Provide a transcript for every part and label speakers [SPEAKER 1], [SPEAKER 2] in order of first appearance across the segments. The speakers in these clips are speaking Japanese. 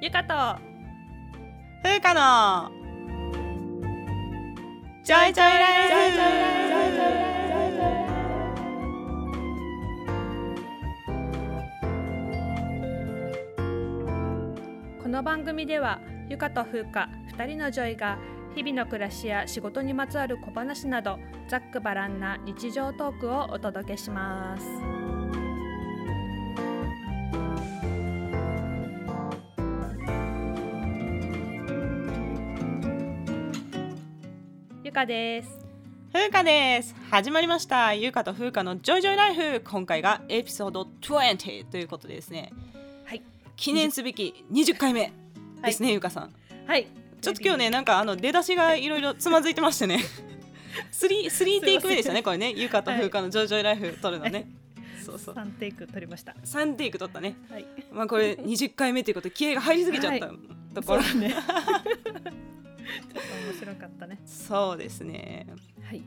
[SPEAKER 1] ゆかと
[SPEAKER 2] 風花のちょいちょいライフ
[SPEAKER 1] この番組ではゆかとふうか2人のジョイが日々の暮らしや仕事にまつわる小話などざっくばらんな日常トークをお届けしますゆかです
[SPEAKER 2] 風花です始まりましたゆうかと風花のジョイジョイライフ今回がエピソード20ということでですね
[SPEAKER 1] はい
[SPEAKER 2] 記念すべき20回目ですね、ゆうかさん
[SPEAKER 1] はい
[SPEAKER 2] ちょっと今日ねなんかあの出だしがいろいろつまずいてましてね スリースリーテイク目でしたねこれねゆうかと風花のジョイジョイライフ撮るのね、そうそう
[SPEAKER 1] 3テイク取りました
[SPEAKER 2] 3テイク撮ったね
[SPEAKER 1] はい
[SPEAKER 2] まあこれ20回目ということで気合が入りすぎちゃった
[SPEAKER 1] は
[SPEAKER 2] ところ、
[SPEAKER 1] そうね ちょっと面白かったね
[SPEAKER 2] そうですね
[SPEAKER 1] はい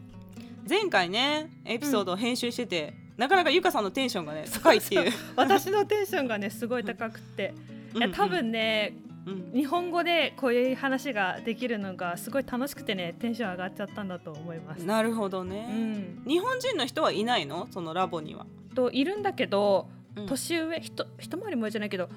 [SPEAKER 2] 前回ねエピソードを編集してて、なかなかゆかさんのテンションがね高いっていう
[SPEAKER 1] そ私のテンションがねすごい高くて、いや多、分ね
[SPEAKER 2] うんうん
[SPEAKER 1] 日本語でこういう話ができるのがすごい楽しくてねテンション上がっちゃったんだと思います。
[SPEAKER 2] なるほど
[SPEAKER 1] う
[SPEAKER 2] ね、
[SPEAKER 1] ん、
[SPEAKER 2] 日本人の人はいないのそのラボには、
[SPEAKER 1] といるんだけど
[SPEAKER 2] うん
[SPEAKER 1] 年上ひと一回りも上じゃないけど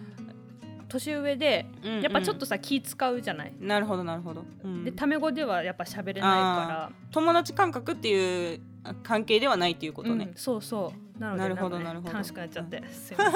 [SPEAKER 1] 年上で
[SPEAKER 2] うんうん
[SPEAKER 1] やっぱちょっとさ、気使うじゃない。
[SPEAKER 2] なるほどなるほど、うん
[SPEAKER 1] でタメ語ではやっぱ喋れないか
[SPEAKER 2] 友達感覚っていうあ関係ではないっていうこ
[SPEAKER 1] ら、
[SPEAKER 2] とね、
[SPEAKER 1] うん、そうそうなので
[SPEAKER 2] なるほど
[SPEAKER 1] んかね
[SPEAKER 2] なるほど
[SPEAKER 1] 楽しくなっちゃって、すいませ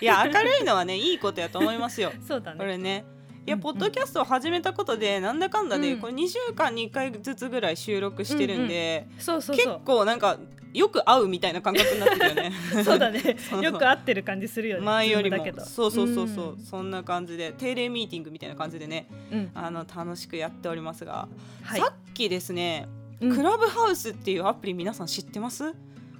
[SPEAKER 2] いや明るいのはねいいことやと思 いますよ
[SPEAKER 1] んそうだ
[SPEAKER 2] こ
[SPEAKER 1] ね
[SPEAKER 2] れね
[SPEAKER 1] う
[SPEAKER 2] い
[SPEAKER 1] んう
[SPEAKER 2] や
[SPEAKER 1] ん
[SPEAKER 2] ポッドキャストを始めたことでなんだかんだで、
[SPEAKER 1] うん
[SPEAKER 2] これ2週間に1回ずつぐらい収録してるんで、
[SPEAKER 1] そうそう
[SPEAKER 2] 結
[SPEAKER 1] そう
[SPEAKER 2] 構なんかよく会うみたいな感覚になってるよね
[SPEAKER 1] そうだね
[SPEAKER 2] そう
[SPEAKER 1] よく合ってる感じするよね
[SPEAKER 2] 前より
[SPEAKER 1] Zoom
[SPEAKER 2] も
[SPEAKER 1] だけど
[SPEAKER 2] そうそうそうそう、
[SPEAKER 1] ん
[SPEAKER 2] そんな感じで定例ミーティングみたいな感じでね
[SPEAKER 1] うん
[SPEAKER 2] あの楽しくやっておりますが、
[SPEAKER 1] はい
[SPEAKER 2] さっきですね、
[SPEAKER 1] うん
[SPEAKER 2] クラブハウスっていうアプリ皆さん知ってます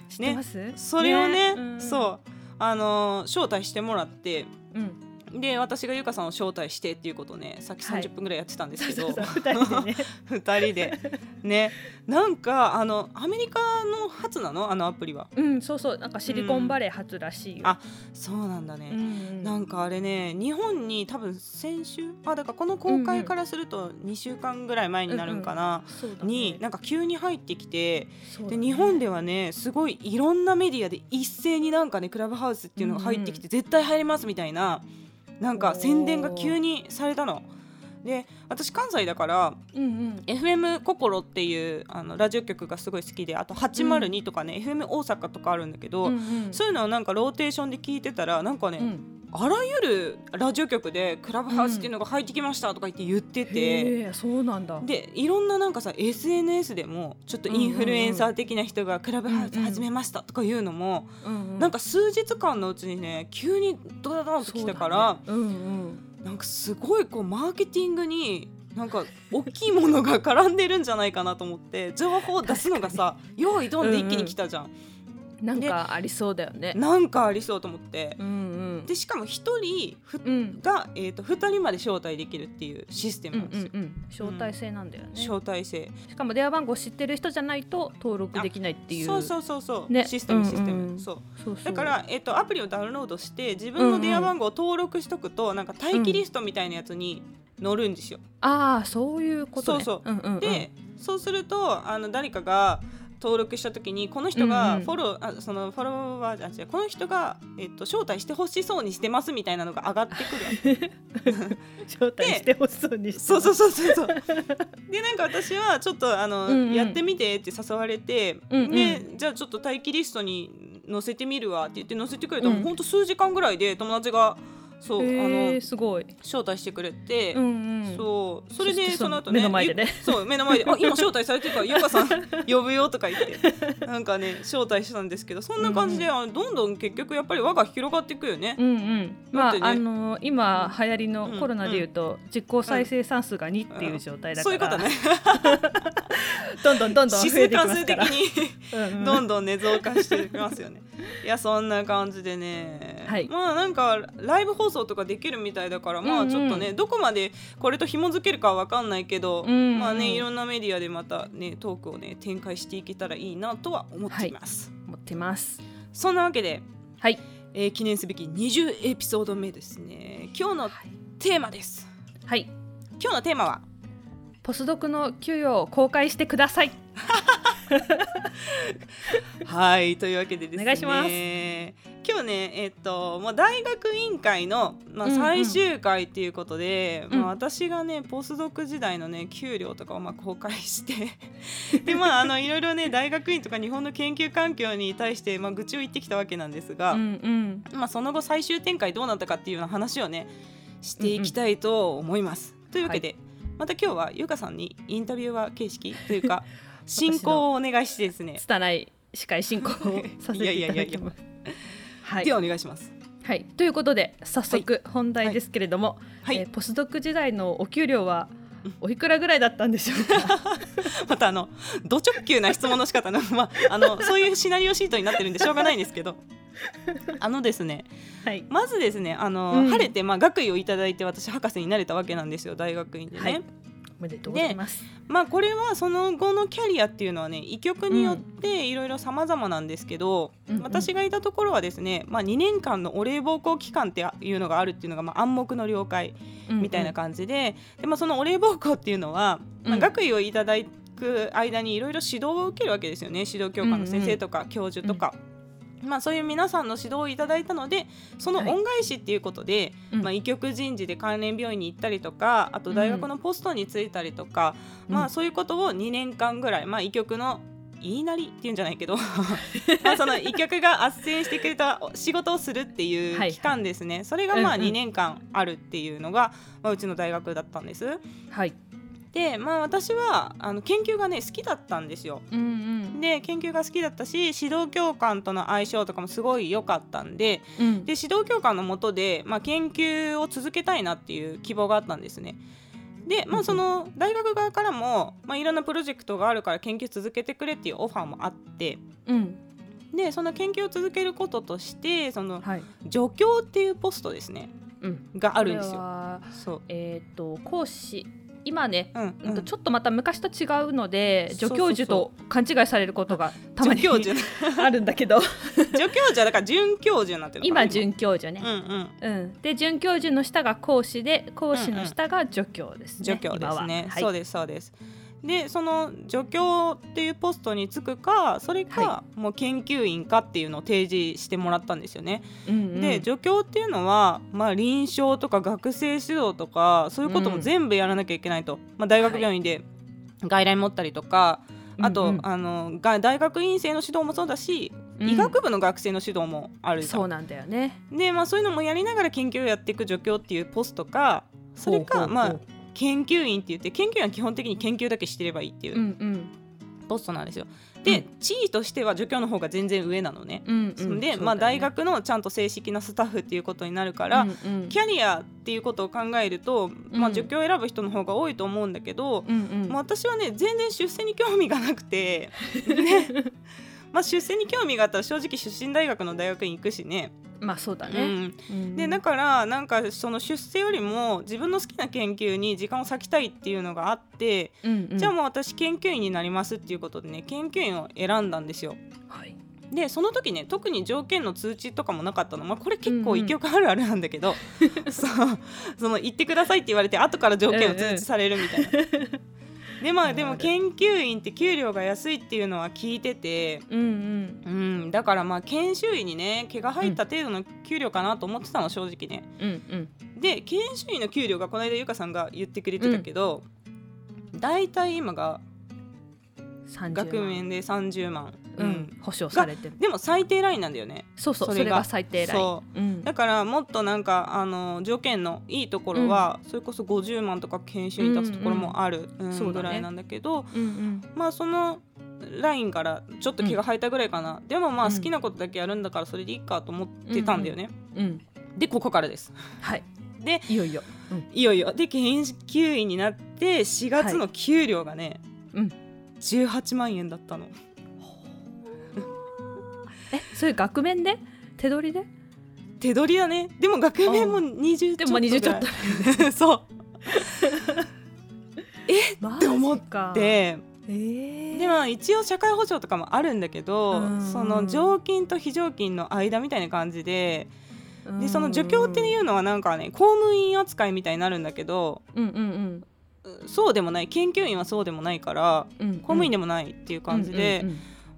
[SPEAKER 1] 知ってます、
[SPEAKER 2] それをね
[SPEAKER 1] うん
[SPEAKER 2] そうあの招待してもらって
[SPEAKER 1] うん
[SPEAKER 2] で私がゆかさんを招待してっていうことをねさっき
[SPEAKER 1] はい
[SPEAKER 2] 30分ぐらいやってたんです
[SPEAKER 1] そう
[SPEAKER 2] けど、
[SPEAKER 1] そうそう2人で ね
[SPEAKER 2] 2人でねなんかあのアメリカの初なのあのアプリは
[SPEAKER 1] うんそうそうなんかシリコンバレー初らしいよ、
[SPEAKER 2] あそうなんだね、
[SPEAKER 1] うんうん
[SPEAKER 2] なんかあれね日本に多分先週あだからこの公開からすると2週間ぐらい前になるんかな、
[SPEAKER 1] そうだね
[SPEAKER 2] になんか急に入ってきて
[SPEAKER 1] そうだ
[SPEAKER 2] で
[SPEAKER 1] ね
[SPEAKER 2] 日本ではねすごいいろんなメディアで一斉になんかねクラブハウスっていうのが入ってきて絶対入れますみたいななんか宣伝が急にされたの。で私関西だから
[SPEAKER 1] うん
[SPEAKER 2] FM 心っていうあのラジオ局がすごい好きであと802とかね、FM 大阪とかあるんだけど、
[SPEAKER 1] うんうんうん
[SPEAKER 2] そういうのをなんかローテーションで聞いてたらなんかね、
[SPEAKER 1] うん
[SPEAKER 2] あらゆるラジオ局でクラブハウスっていうのが入ってきましたとか言って言ってて、
[SPEAKER 1] へえそうなんだ
[SPEAKER 2] でいろんななんかさ SNS でもちょっとインフルエンサー的な人がクラブハウス始めましたとかいうのも、
[SPEAKER 1] うん
[SPEAKER 2] なん
[SPEAKER 1] か
[SPEAKER 2] か数日間のうちにね急にドドドンと来たから、
[SPEAKER 1] うんうん
[SPEAKER 2] なんかすごいこうマーケティングになんか大きいものが絡んでるんじゃないかなと思って情報を出すのがさ用意どんで一気に来たじゃん、
[SPEAKER 1] なんかありそうだよね
[SPEAKER 2] なんかありそうと思って
[SPEAKER 1] う、ん
[SPEAKER 2] でしかも一人ふ
[SPEAKER 1] うんうん
[SPEAKER 2] が、えー、と2人まで招待できるっていうシステ
[SPEAKER 1] う
[SPEAKER 2] ムなん
[SPEAKER 1] ん
[SPEAKER 2] で
[SPEAKER 1] う
[SPEAKER 2] すよ、
[SPEAKER 1] んうん招待制なんだよね、し
[SPEAKER 2] 招待制
[SPEAKER 1] かも電話番号知ってる人じゃないと登録できないっていう
[SPEAKER 2] そう
[SPEAKER 1] う
[SPEAKER 2] そうそうそう、
[SPEAKER 1] ね
[SPEAKER 2] システム
[SPEAKER 1] うんうん
[SPEAKER 2] システム、そう
[SPEAKER 1] そうそう
[SPEAKER 2] だから、えー、とアプリをダウンロードして自分の電話番号を登録しとくと、なんか待機リストみたいなやつに載るんですよ、
[SPEAKER 1] ああそういうことね
[SPEAKER 2] そう
[SPEAKER 1] そう、うんうんうん、
[SPEAKER 2] で、そうするとあの誰かが登録した時にこの人
[SPEAKER 1] うん
[SPEAKER 2] が
[SPEAKER 1] うん
[SPEAKER 2] フォロー、あそのフォロワーじゃ違うこの人が、えっと、招待してほしそうにしてますみたいなのが上がってくる
[SPEAKER 1] 招待してほし そうにして
[SPEAKER 2] そうそううそうそうそうでなんか私はちょっとあの、
[SPEAKER 1] うんうん
[SPEAKER 2] やってみてって誘われて、
[SPEAKER 1] うんうん
[SPEAKER 2] でじゃあちょっと待機リストに載せてみるわって言って載せてくれたら、
[SPEAKER 1] うん
[SPEAKER 2] ほんと数時間ぐらいで友達がそう、
[SPEAKER 1] へ
[SPEAKER 2] あの
[SPEAKER 1] えすごい、
[SPEAKER 2] 招待してくれて、
[SPEAKER 1] んう
[SPEAKER 2] そうそれ
[SPEAKER 1] そ
[SPEAKER 2] で
[SPEAKER 1] して
[SPEAKER 2] その後ね
[SPEAKER 1] 目の前でね
[SPEAKER 2] ゆそう目の前で「あ今招待されてるからゆかさん 呼ぶよ」とか言ってなんかね招待したんですけどそんな感じで、あのどんどん結局やっぱり輪が広がっていくよね
[SPEAKER 1] う。んうん、ま
[SPEAKER 2] だ
[SPEAKER 1] あ、
[SPEAKER 2] ってね
[SPEAKER 1] あの今流行り
[SPEAKER 2] うん
[SPEAKER 1] のコロナでいうと、実効再生産数が2っていう状態だか
[SPEAKER 2] そう
[SPEAKER 1] ら、
[SPEAKER 2] いうことね
[SPEAKER 1] どんどんどんどん
[SPEAKER 2] 指
[SPEAKER 1] 増え
[SPEAKER 2] 数
[SPEAKER 1] ていき
[SPEAKER 2] 関
[SPEAKER 1] ま
[SPEAKER 2] 数
[SPEAKER 1] す
[SPEAKER 2] 的
[SPEAKER 1] から、
[SPEAKER 2] に
[SPEAKER 1] うん うん
[SPEAKER 2] どんどんね増加していきますよね。いやそんな感じでね、
[SPEAKER 1] はい
[SPEAKER 2] まあなんかライブ放送とかできるみたいだから
[SPEAKER 1] うん
[SPEAKER 2] まあ
[SPEAKER 1] うん
[SPEAKER 2] ちょっとね、どこまでこれと紐づけるかは分かんないけど、
[SPEAKER 1] うんうん
[SPEAKER 2] まあねいろんなメディアでまたねトークをね展開していけたらいいなとは思っています。
[SPEAKER 1] 持ってます
[SPEAKER 2] そんなわけで、
[SPEAKER 1] はい
[SPEAKER 2] えー記念すべき20エピソード目ですね今日の
[SPEAKER 1] はい
[SPEAKER 2] テーマです
[SPEAKER 1] はい
[SPEAKER 2] 今日のテーマは
[SPEAKER 1] ポスドクの給与を公開してください
[SPEAKER 2] はいというわけでですね
[SPEAKER 1] お願いします
[SPEAKER 2] 今日ねえっと、まあ、大学委員会の、まあ、
[SPEAKER 1] うんうん
[SPEAKER 2] 最終回っていうことで、
[SPEAKER 1] うん
[SPEAKER 2] まあ、私がねポスドク時代のね給料とかをまあ公開して でまああのいろいろね大学院とか日本の研究環境に対して、まあ、愚痴を言ってきたわけなんですが、
[SPEAKER 1] うんうん
[SPEAKER 2] まあ、その後最終展開どうなったかっていうような話をねしていきたいと思います。というわけで、また今日はゆかさんにインタビューは形式とい うか進行をお願いしてですね
[SPEAKER 1] 拙い司会進行をさせていただきますはい
[SPEAKER 2] ではお願いします。
[SPEAKER 1] はい、ということで早速本題ですけれども、
[SPEAKER 2] はい、
[SPEAKER 1] えーポスドク時代のお給料はおいくらぐらいだったんでしょう か
[SPEAKER 2] またあのド直球な質問の仕方の まああのそういうシナリオシートになってるんでしょうがないんですけど。あのですね
[SPEAKER 1] はい、
[SPEAKER 2] まずですねあの、
[SPEAKER 1] うん
[SPEAKER 2] 晴れて、まあ、学位をいただいて私博士になれたわけなんですよ大学院でね、
[SPEAKER 1] はいおめでとうございます、
[SPEAKER 2] まあこれはその後のキャリアっていうのはね医局によっていろいろ様々なんですけど、
[SPEAKER 1] うんうん
[SPEAKER 2] 私がいたところはですね、まあ、2年間のお礼奉公期間っていうのがあるっていうのが、まあ、暗黙の了解
[SPEAKER 1] うんうん
[SPEAKER 2] みたいな感じで,、でまあ、そのお礼奉公っていうのは、ま
[SPEAKER 1] う
[SPEAKER 2] あ、
[SPEAKER 1] ん
[SPEAKER 2] 学位をいただく間にいろいろ指導を受けるわけですよね指導教官の先生とか教授とか。まあ、そういう皆さんの指導をいただいたのでその恩返しっていうことで、
[SPEAKER 1] うん
[SPEAKER 2] まあ、医局人事で関連病院に行ったりとかあと大学のポストに就いたりとか、
[SPEAKER 1] うん
[SPEAKER 2] まあ、そういうことを2年間ぐらい、まあ、医局の言いなりっていうんじゃな いけどまあその医局が斡旋してくれた仕事をするってい
[SPEAKER 1] はいう
[SPEAKER 2] 期間ですね、それがまあ
[SPEAKER 1] うんうん
[SPEAKER 2] 2年間あるっていうのが、まあ、うちの大学だったんです。
[SPEAKER 1] はい、
[SPEAKER 2] で、まあ、私はあの研究がね好きだったんですよ。
[SPEAKER 1] うんうん
[SPEAKER 2] で研究が好きだったし指導教官との相性とかもすごい良かったんで
[SPEAKER 1] うん
[SPEAKER 2] で指導教官の下で、まあ、研究を続けたいなっていう希望があったんですね。で、
[SPEAKER 1] う
[SPEAKER 2] ま
[SPEAKER 1] んう
[SPEAKER 2] あ、
[SPEAKER 1] ん
[SPEAKER 2] その大学側からも、まあ、いろんなプロジェクトがあるから研究続けてくれっていうオファーもあって
[SPEAKER 1] うん
[SPEAKER 2] でその研究を続けることとしてその
[SPEAKER 1] はい、
[SPEAKER 2] 助教っていうポストですね
[SPEAKER 1] うん、
[SPEAKER 2] があるんです
[SPEAKER 1] これ
[SPEAKER 2] よ。
[SPEAKER 1] は
[SPEAKER 2] そう
[SPEAKER 1] えっ、と講師今ね、
[SPEAKER 2] うん
[SPEAKER 1] う
[SPEAKER 2] うん
[SPEAKER 1] と
[SPEAKER 2] ん、
[SPEAKER 1] ちょっとまた昔と違うので
[SPEAKER 2] そ
[SPEAKER 1] 助
[SPEAKER 2] うそうそう
[SPEAKER 1] 教授と勘違いされることがたまに
[SPEAKER 2] 助教 授
[SPEAKER 1] あるんだけ ど
[SPEAKER 2] 助教授はだから准教授になってるのかな
[SPEAKER 1] 今准教授ね、
[SPEAKER 2] うんうん
[SPEAKER 1] うん、で准教授の下が講師で講師の下が助教ですね。
[SPEAKER 2] 助教で
[SPEAKER 1] 今
[SPEAKER 2] すね。
[SPEAKER 1] ははい、
[SPEAKER 2] そうですそうです。でその助教っていうポストに就くかそれか、
[SPEAKER 1] は
[SPEAKER 2] もう研究員かっていうのを提示してもらったんですよね。
[SPEAKER 1] うんうん
[SPEAKER 2] で助教っていうのは、まあ、臨床とか学生指導とかそういうことも全部やらなきゃいけないと、まあ、大学病院で外来持ったりとか、あと、
[SPEAKER 1] うんうん
[SPEAKER 2] あのが大学院生の指導もそうだし、
[SPEAKER 1] うん
[SPEAKER 2] 医学部の学生の指導もあるじゃん
[SPEAKER 1] そうなんだよね。
[SPEAKER 2] で、まあ、そういうのもやりながら研究をやっていく助教っていうポストかそれか
[SPEAKER 1] ほうほうほう
[SPEAKER 2] まあ、研究員って言って研究員は基本的に研究だけしてればいいっていううん
[SPEAKER 1] うん
[SPEAKER 2] ポストなんですよ。で、
[SPEAKER 1] うん
[SPEAKER 2] 地位としては助教の方が全然上なのね。
[SPEAKER 1] うんうん、
[SPEAKER 2] で、
[SPEAKER 1] そうだよね
[SPEAKER 2] まあ、大学のちゃんと正式なスタッフっていうことになるから、
[SPEAKER 1] うんうん
[SPEAKER 2] キャリアっていうことを考えると、まあ、
[SPEAKER 1] うん
[SPEAKER 2] 助教を選ぶ人の方が多いと思うんだけど、
[SPEAKER 1] うんうん
[SPEAKER 2] まあ、私はね全然出世に興味がな くて、ねまあ、出世に興味があったら正直出身大学の大学に行くしね。
[SPEAKER 1] まあそうだ
[SPEAKER 2] う
[SPEAKER 1] ね。
[SPEAKER 2] ん
[SPEAKER 1] うん
[SPEAKER 2] でだからなんかその出世よりも自分の好きな研究に時間を割きたいっていうのがあって、
[SPEAKER 1] うんうん、
[SPEAKER 2] じゃあもう私研究員になりますっていうことでね研究員を選んだんですよ。
[SPEAKER 1] はい、
[SPEAKER 2] でその時ね特に条件の通知とかもなかったの、まあ、これ結
[SPEAKER 1] う
[SPEAKER 2] 構
[SPEAKER 1] んうん
[SPEAKER 2] 一曲あるあるなんだ けど、そうその言ってくださいって言われて後から条件を通知されるみたいな。でま
[SPEAKER 1] あるあ
[SPEAKER 2] あ、
[SPEAKER 1] る
[SPEAKER 2] でも研究員って給料が安いっていうのは聞いてて、
[SPEAKER 1] うんうん
[SPEAKER 2] うん、だからまあ研修医にね毛が入った程度の給料かなと思ってたの正直ね。
[SPEAKER 1] うん
[SPEAKER 2] で研修医の給料がこの間ゆかさんが言ってくれてたけど、大体今が
[SPEAKER 1] うん、30万
[SPEAKER 2] 額面で30万、
[SPEAKER 1] う
[SPEAKER 2] うん
[SPEAKER 1] ん、保証されてる。
[SPEAKER 2] でも最低ラインなんだよね
[SPEAKER 1] そうそうそ
[SPEAKER 2] そ
[SPEAKER 1] れ
[SPEAKER 2] れが
[SPEAKER 1] が最低ライン。、
[SPEAKER 2] そう
[SPEAKER 1] ん、
[SPEAKER 2] だからもっとなんかあの条件のいいところは、それこそ50万とか研修医に出すところもある、うん
[SPEAKER 1] そうだね
[SPEAKER 2] ぐらいなんだけど
[SPEAKER 1] うんうん
[SPEAKER 2] まあそのラインからちょっと気が生えたぐらいかな、でもま
[SPEAKER 1] う
[SPEAKER 2] あ
[SPEAKER 1] ん
[SPEAKER 2] 好きなことだけやるんだからそれでいいかと思ってたんだよね、
[SPEAKER 1] うん、
[SPEAKER 2] でここからです
[SPEAKER 1] はい
[SPEAKER 2] で
[SPEAKER 1] いよいよ。うん
[SPEAKER 2] いよいよで研究員になって4月の給料がね、
[SPEAKER 1] うん
[SPEAKER 2] 18万円だったの
[SPEAKER 1] えそれ額面で手取りで
[SPEAKER 2] 手取りだねでも学年も20ち
[SPEAKER 1] で
[SPEAKER 2] ょっと
[SPEAKER 1] も20ちょっと
[SPEAKER 2] ぐらい そう
[SPEAKER 1] マ、
[SPEAKER 2] って思ってで
[SPEAKER 1] えー、
[SPEAKER 2] でまあ一応社会保障とかもあるんだけど、
[SPEAKER 1] うん
[SPEAKER 2] その常勤と非常勤の間みたいな感じででその助教っていうのはなんかね公務員扱いみたいになるんだけど
[SPEAKER 1] うんうんうん
[SPEAKER 2] うそうでもない研究員はそうでもないから
[SPEAKER 1] うん
[SPEAKER 2] 公務員
[SPEAKER 1] の
[SPEAKER 2] でもないっていう感じで、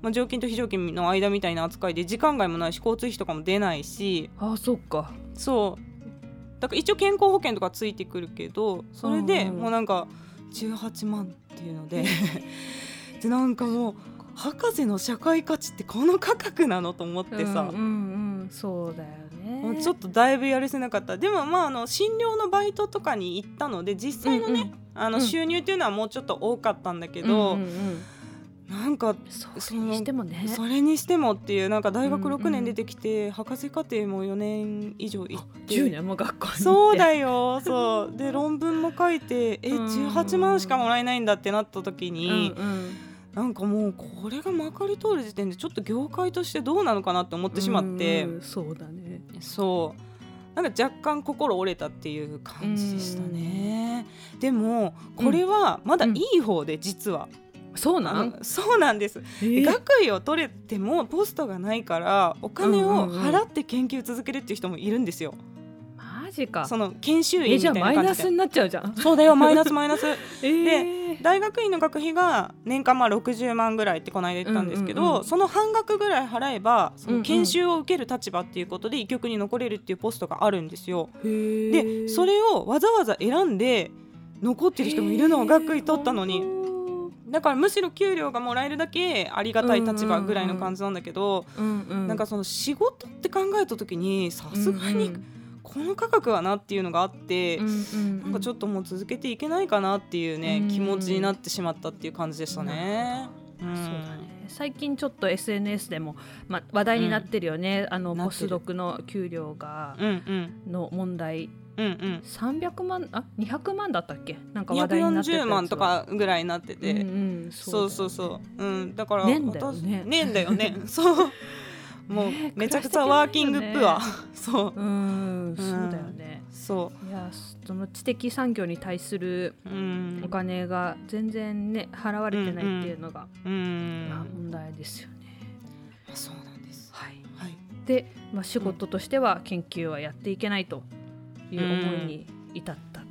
[SPEAKER 2] まあ、常勤と非常勤の間みたいな扱いで時間外もないし交通費とかも出ないし
[SPEAKER 1] ああそっか
[SPEAKER 2] そうだから一応健康保険とかついてくるけどそれで
[SPEAKER 1] うんうん
[SPEAKER 2] もうなんか18万っていうので でなんかもう博士の社会価値ってこの価格なのと思ってさ、
[SPEAKER 1] うんうんうんそうだよね
[SPEAKER 2] もうちょっとだいぶやるせなかったでもまああの診療のバイトとかに行ったので実際のね、
[SPEAKER 1] うん
[SPEAKER 2] あ
[SPEAKER 1] う
[SPEAKER 2] の
[SPEAKER 1] ん
[SPEAKER 2] 収入っていうのはもうちょっと多かったんだけ
[SPEAKER 1] うん
[SPEAKER 2] ど、
[SPEAKER 1] うんうん
[SPEAKER 2] なんか
[SPEAKER 1] それにしてもね
[SPEAKER 2] それにしてもっていうなんか大学
[SPEAKER 1] うんうん
[SPEAKER 2] 6年出てきて、博士課程も4年以上行って
[SPEAKER 1] 10年も学校に行って
[SPEAKER 2] そうだ
[SPEAKER 1] よ
[SPEAKER 2] よそうで論文も書いてえ
[SPEAKER 1] うん
[SPEAKER 2] 18万しかもらえないんだってなった時
[SPEAKER 1] う
[SPEAKER 2] に、
[SPEAKER 1] ん
[SPEAKER 2] なんかもうこれがまかり通る時点でちょっと業界としてどうなのかなって思っ
[SPEAKER 1] うん
[SPEAKER 2] てしまって、
[SPEAKER 1] うんうんそうだね
[SPEAKER 2] そうなんか若干心折れたっていう感じでしたね、でもこれはまだいい方で実は、
[SPEAKER 1] そうな
[SPEAKER 2] あ
[SPEAKER 1] ん
[SPEAKER 2] のそうなんです
[SPEAKER 1] えー
[SPEAKER 2] 学位を取れてもポストがないからお金を払って研究続けるっていう人もいるんですよ、
[SPEAKER 1] マジか
[SPEAKER 2] その研修
[SPEAKER 1] え
[SPEAKER 2] 医み
[SPEAKER 1] じ
[SPEAKER 2] た
[SPEAKER 1] ゃあ
[SPEAKER 2] いな
[SPEAKER 1] マイ
[SPEAKER 2] 感
[SPEAKER 1] ナ
[SPEAKER 2] じ
[SPEAKER 1] ス
[SPEAKER 2] で
[SPEAKER 1] になっちゃうじゃん
[SPEAKER 2] そうだよマイナスマイナス
[SPEAKER 1] えー
[SPEAKER 2] 大学院の学費が年間まあ60万ぐらいってこの間言ったんですけど、
[SPEAKER 1] うんうんうん
[SPEAKER 2] その半額ぐらい払えばそ
[SPEAKER 1] うんう
[SPEAKER 2] の
[SPEAKER 1] ん
[SPEAKER 2] 研修を受ける立場っていうことで医局に残れるっていうポストがあるんですよ、
[SPEAKER 1] へー
[SPEAKER 2] でそれをわざわざ選んで残ってる人もいるの
[SPEAKER 1] へー
[SPEAKER 2] 学位取ったのに
[SPEAKER 1] うん
[SPEAKER 2] だからむしろ給料がもらえるだけありがたい立場ぐらいの感じなんだけど、
[SPEAKER 1] うん
[SPEAKER 2] なんかその仕事って考えた時にさすがにこの価格はなっていうのがあって、なんかちょ
[SPEAKER 1] っ
[SPEAKER 2] っともう続けていけないかなっていうね、
[SPEAKER 1] うん
[SPEAKER 2] 気持ちになってしまったっていう感じでしたね。うん
[SPEAKER 1] そうだね最近ちょっと SNS でも、まあ、話題になってるよね、あの
[SPEAKER 2] なって
[SPEAKER 1] ポ
[SPEAKER 2] る
[SPEAKER 1] スドクの給料が
[SPEAKER 2] うんうん
[SPEAKER 1] の問題
[SPEAKER 2] うんうん
[SPEAKER 1] 300万あ200万だったっけなんか話題になってたや
[SPEAKER 2] 240
[SPEAKER 1] つは
[SPEAKER 2] 万とかぐらいになってて、
[SPEAKER 1] うんうん
[SPEAKER 2] そ
[SPEAKER 1] だよ
[SPEAKER 2] う
[SPEAKER 1] ね
[SPEAKER 2] そうそう、うん、だから
[SPEAKER 1] 年だよね
[SPEAKER 2] 私年だよ ねそうもう
[SPEAKER 1] ねえ
[SPEAKER 2] めちゃくちゃワーキングプア、
[SPEAKER 1] 暮ら
[SPEAKER 2] そう
[SPEAKER 1] うんそうだよね
[SPEAKER 2] そ
[SPEAKER 1] いやその知的産業に対する
[SPEAKER 2] ううん
[SPEAKER 1] お金が全然ね払われてないっていうのが、
[SPEAKER 2] う
[SPEAKER 1] いや
[SPEAKER 2] ん
[SPEAKER 1] 問題ですよね。
[SPEAKER 2] そうなんです
[SPEAKER 1] はい、
[SPEAKER 2] はい
[SPEAKER 1] で、まあ、仕事としては研究はやっていけないという思いに至ったと。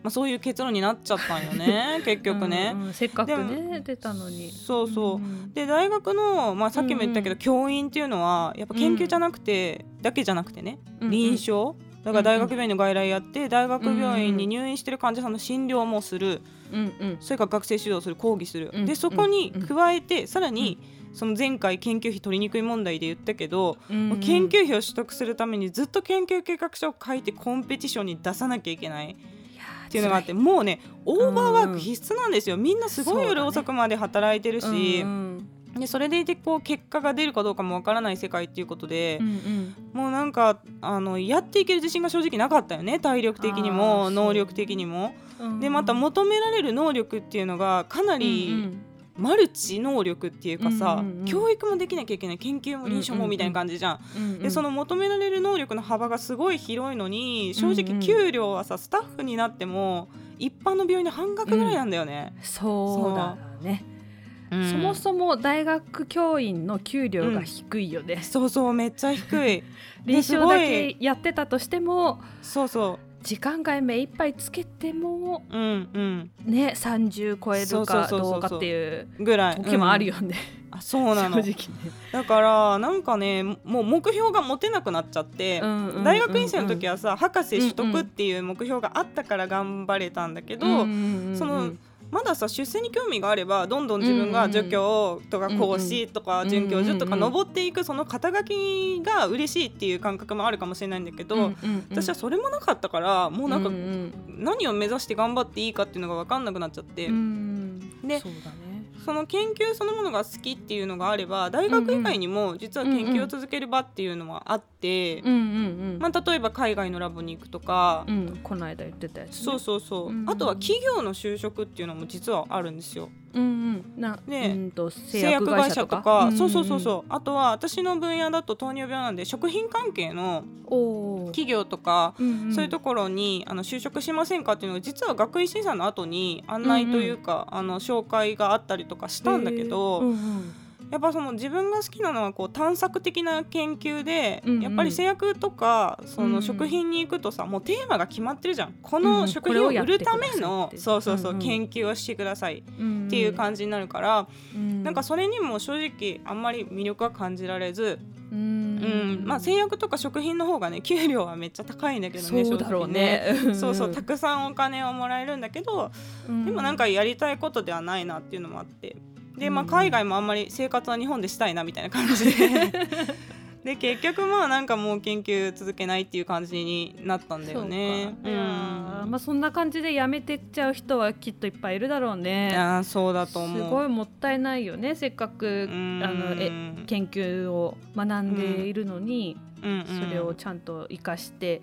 [SPEAKER 2] まあ、そういう結論になっちゃったんよ ね結局ね。
[SPEAKER 1] うんうんせっかく
[SPEAKER 2] で
[SPEAKER 1] ね出たのに。
[SPEAKER 2] そうそうんで大学の、まあ、さっきも言ったけ
[SPEAKER 1] うん
[SPEAKER 2] ど、
[SPEAKER 1] うん
[SPEAKER 2] 教員っていうのはやっぱ研究じゃなくて、だけじゃなくてね、
[SPEAKER 1] うんうん
[SPEAKER 2] 臨床だから大学病院の外来やって大学病院に入院してる患者さんの診療もする
[SPEAKER 1] うんうん
[SPEAKER 2] それから学生指導する講義する、
[SPEAKER 1] うん
[SPEAKER 2] でそこに加えてさらに、その前回研究費取りにくい問題で言ったけど、
[SPEAKER 1] うんうん
[SPEAKER 2] 研究費を取得するためにずっと研究計画書を書いてコンペティションに出さなきゃいけないっていうのがあってもうねオーバーワーク必須なんですよ、みんなすごい
[SPEAKER 1] そうだ
[SPEAKER 2] 夜
[SPEAKER 1] ね
[SPEAKER 2] 遅くまで働いてる
[SPEAKER 1] い
[SPEAKER 2] し、
[SPEAKER 1] や辛いうん
[SPEAKER 2] でそれでいてこう結果が出るかどうかもわからない世界っていうことで
[SPEAKER 1] うんう、ん
[SPEAKER 2] もうなんかあのやっていける自信が正直なかったよね体力的に
[SPEAKER 1] あー
[SPEAKER 2] も能力的にも。
[SPEAKER 1] うんうん
[SPEAKER 2] でまた求められる能力っていうのがかな
[SPEAKER 1] うんう
[SPEAKER 2] り
[SPEAKER 1] ん
[SPEAKER 2] マルチ能力っていうかさ、
[SPEAKER 1] うんうんうん
[SPEAKER 2] 教育もできなきゃいけない研究も臨床もみたいな感じじゃん。
[SPEAKER 1] うんうん
[SPEAKER 2] でその求められる能力の幅がすごい広いのに正
[SPEAKER 1] うんうん
[SPEAKER 2] 直給料はさスタッフになっても一般の病院の半額ぐらいなんだよね。
[SPEAKER 1] そうだね。
[SPEAKER 2] うん
[SPEAKER 1] そもそも大学教員の給料が低いよね。
[SPEAKER 2] そうそうめっちゃ低 い
[SPEAKER 1] 臨床だ
[SPEAKER 2] ですご
[SPEAKER 1] けやってたとしても
[SPEAKER 2] そうそ
[SPEAKER 1] 時間外目いっぱいつけても
[SPEAKER 2] ううんうん
[SPEAKER 1] ね30超えるか
[SPEAKER 2] そうそうそう
[SPEAKER 1] ど
[SPEAKER 2] そうう
[SPEAKER 1] かっていう
[SPEAKER 2] ぐらい
[SPEAKER 1] 時もある
[SPEAKER 2] よ、
[SPEAKER 1] よね、
[SPEAKER 2] うんあそうなの
[SPEAKER 1] 正直ね、
[SPEAKER 2] だからなんかねもう目標が持てなくなっちゃって、
[SPEAKER 1] うんうんうんうん
[SPEAKER 2] 大学院生の時はさ博士取
[SPEAKER 1] うんう
[SPEAKER 2] 得
[SPEAKER 1] ん
[SPEAKER 2] っていう目標があったから頑張れたんだけど、
[SPEAKER 1] うんうんうんうん
[SPEAKER 2] そのまださ出世に興味があればどんどん自分
[SPEAKER 1] う
[SPEAKER 2] が
[SPEAKER 1] んうん
[SPEAKER 2] 助教とか講師と
[SPEAKER 1] う
[SPEAKER 2] か
[SPEAKER 1] ん
[SPEAKER 2] 准教授と
[SPEAKER 1] う
[SPEAKER 2] か
[SPEAKER 1] んうんうん
[SPEAKER 2] 登っていくその肩書きが嬉しいっていう感覚もあるかもしれないんだけど、
[SPEAKER 1] うんうんうん
[SPEAKER 2] 私はそれもなかったからもうなんか
[SPEAKER 1] うんうん
[SPEAKER 2] 何を目指して頑張っていいかっていうのが分かんなくなっちゃって。
[SPEAKER 1] うん
[SPEAKER 2] で
[SPEAKER 1] そうだね
[SPEAKER 2] その研究そのものが好きっていうのがあれば大学以外にも実は研究を続ける場っていうのはあって、
[SPEAKER 1] うんうんうん、
[SPEAKER 2] まあ、例えば海外のラボに行くとか、
[SPEAKER 1] うん、この間言ってたやつ、ね、
[SPEAKER 2] そうそうそう、
[SPEAKER 1] うん
[SPEAKER 2] あとは企業の就職っていうのも実はあるんですよ。
[SPEAKER 1] う、んうん、な、
[SPEAKER 2] ね
[SPEAKER 1] うんと製
[SPEAKER 2] 製
[SPEAKER 1] 薬
[SPEAKER 2] 薬
[SPEAKER 1] 会
[SPEAKER 2] 会
[SPEAKER 1] 社
[SPEAKER 2] 社
[SPEAKER 1] とか
[SPEAKER 2] とかそうそうそうそうあとは私の分野だと糖尿病なんで食品関係
[SPEAKER 1] う
[SPEAKER 2] の
[SPEAKER 1] んおー、
[SPEAKER 2] 企業とか、
[SPEAKER 1] うんん
[SPEAKER 2] そういうところにあの就職しませんかっていうのが実は学位審査の後に案内というか、あの紹介があったりとかしたんだけど、
[SPEAKER 1] うんうん
[SPEAKER 2] やっぱその自分が好きなのはこう探索的な研究で、
[SPEAKER 1] うんうん
[SPEAKER 2] やっぱり製薬とかそ
[SPEAKER 1] うんう
[SPEAKER 2] の
[SPEAKER 1] ん
[SPEAKER 2] 食品に行くとさ、もうテーマが決まってるじゃんこ
[SPEAKER 1] うんう
[SPEAKER 2] の
[SPEAKER 1] ん
[SPEAKER 2] 食品を売るため
[SPEAKER 1] これをやってくださいっ
[SPEAKER 2] の
[SPEAKER 1] て
[SPEAKER 2] そうそうそう、
[SPEAKER 1] うんうん
[SPEAKER 2] 研究をしてくださいっ
[SPEAKER 1] って
[SPEAKER 2] いう感じになるから、
[SPEAKER 1] じ、うん
[SPEAKER 2] なんかそれにも正直あんまり魅力は感じられず、
[SPEAKER 1] う
[SPEAKER 2] うん
[SPEAKER 1] ん
[SPEAKER 2] まあ、製薬とか食品の方がね給料はめっちゃ高いんだけどね
[SPEAKER 1] そうだろう
[SPEAKER 2] 正直
[SPEAKER 1] ね
[SPEAKER 2] そうそうたくさんお金をもらえるんだけど、でもなん
[SPEAKER 1] か
[SPEAKER 2] かやりたいことではないなっていうのもあってで、まあ、
[SPEAKER 1] うん
[SPEAKER 2] 海外もあんまり生活は日本でしたいなみたいな感じで で結局まあなんかもう研究続けないっていう感じになったんだよ
[SPEAKER 1] そ
[SPEAKER 2] ね。
[SPEAKER 1] うかいやー
[SPEAKER 2] ん
[SPEAKER 1] まあそんな感じでやめてっちゃう人はきっといっぱいいるだろう
[SPEAKER 2] い
[SPEAKER 1] ね。
[SPEAKER 2] やーそうだと思う
[SPEAKER 1] すごいもったいないよね。せっかくあ
[SPEAKER 2] うん
[SPEAKER 1] のえ研究を学んでいるのに、
[SPEAKER 2] うんうん
[SPEAKER 1] それをちゃんと生かして、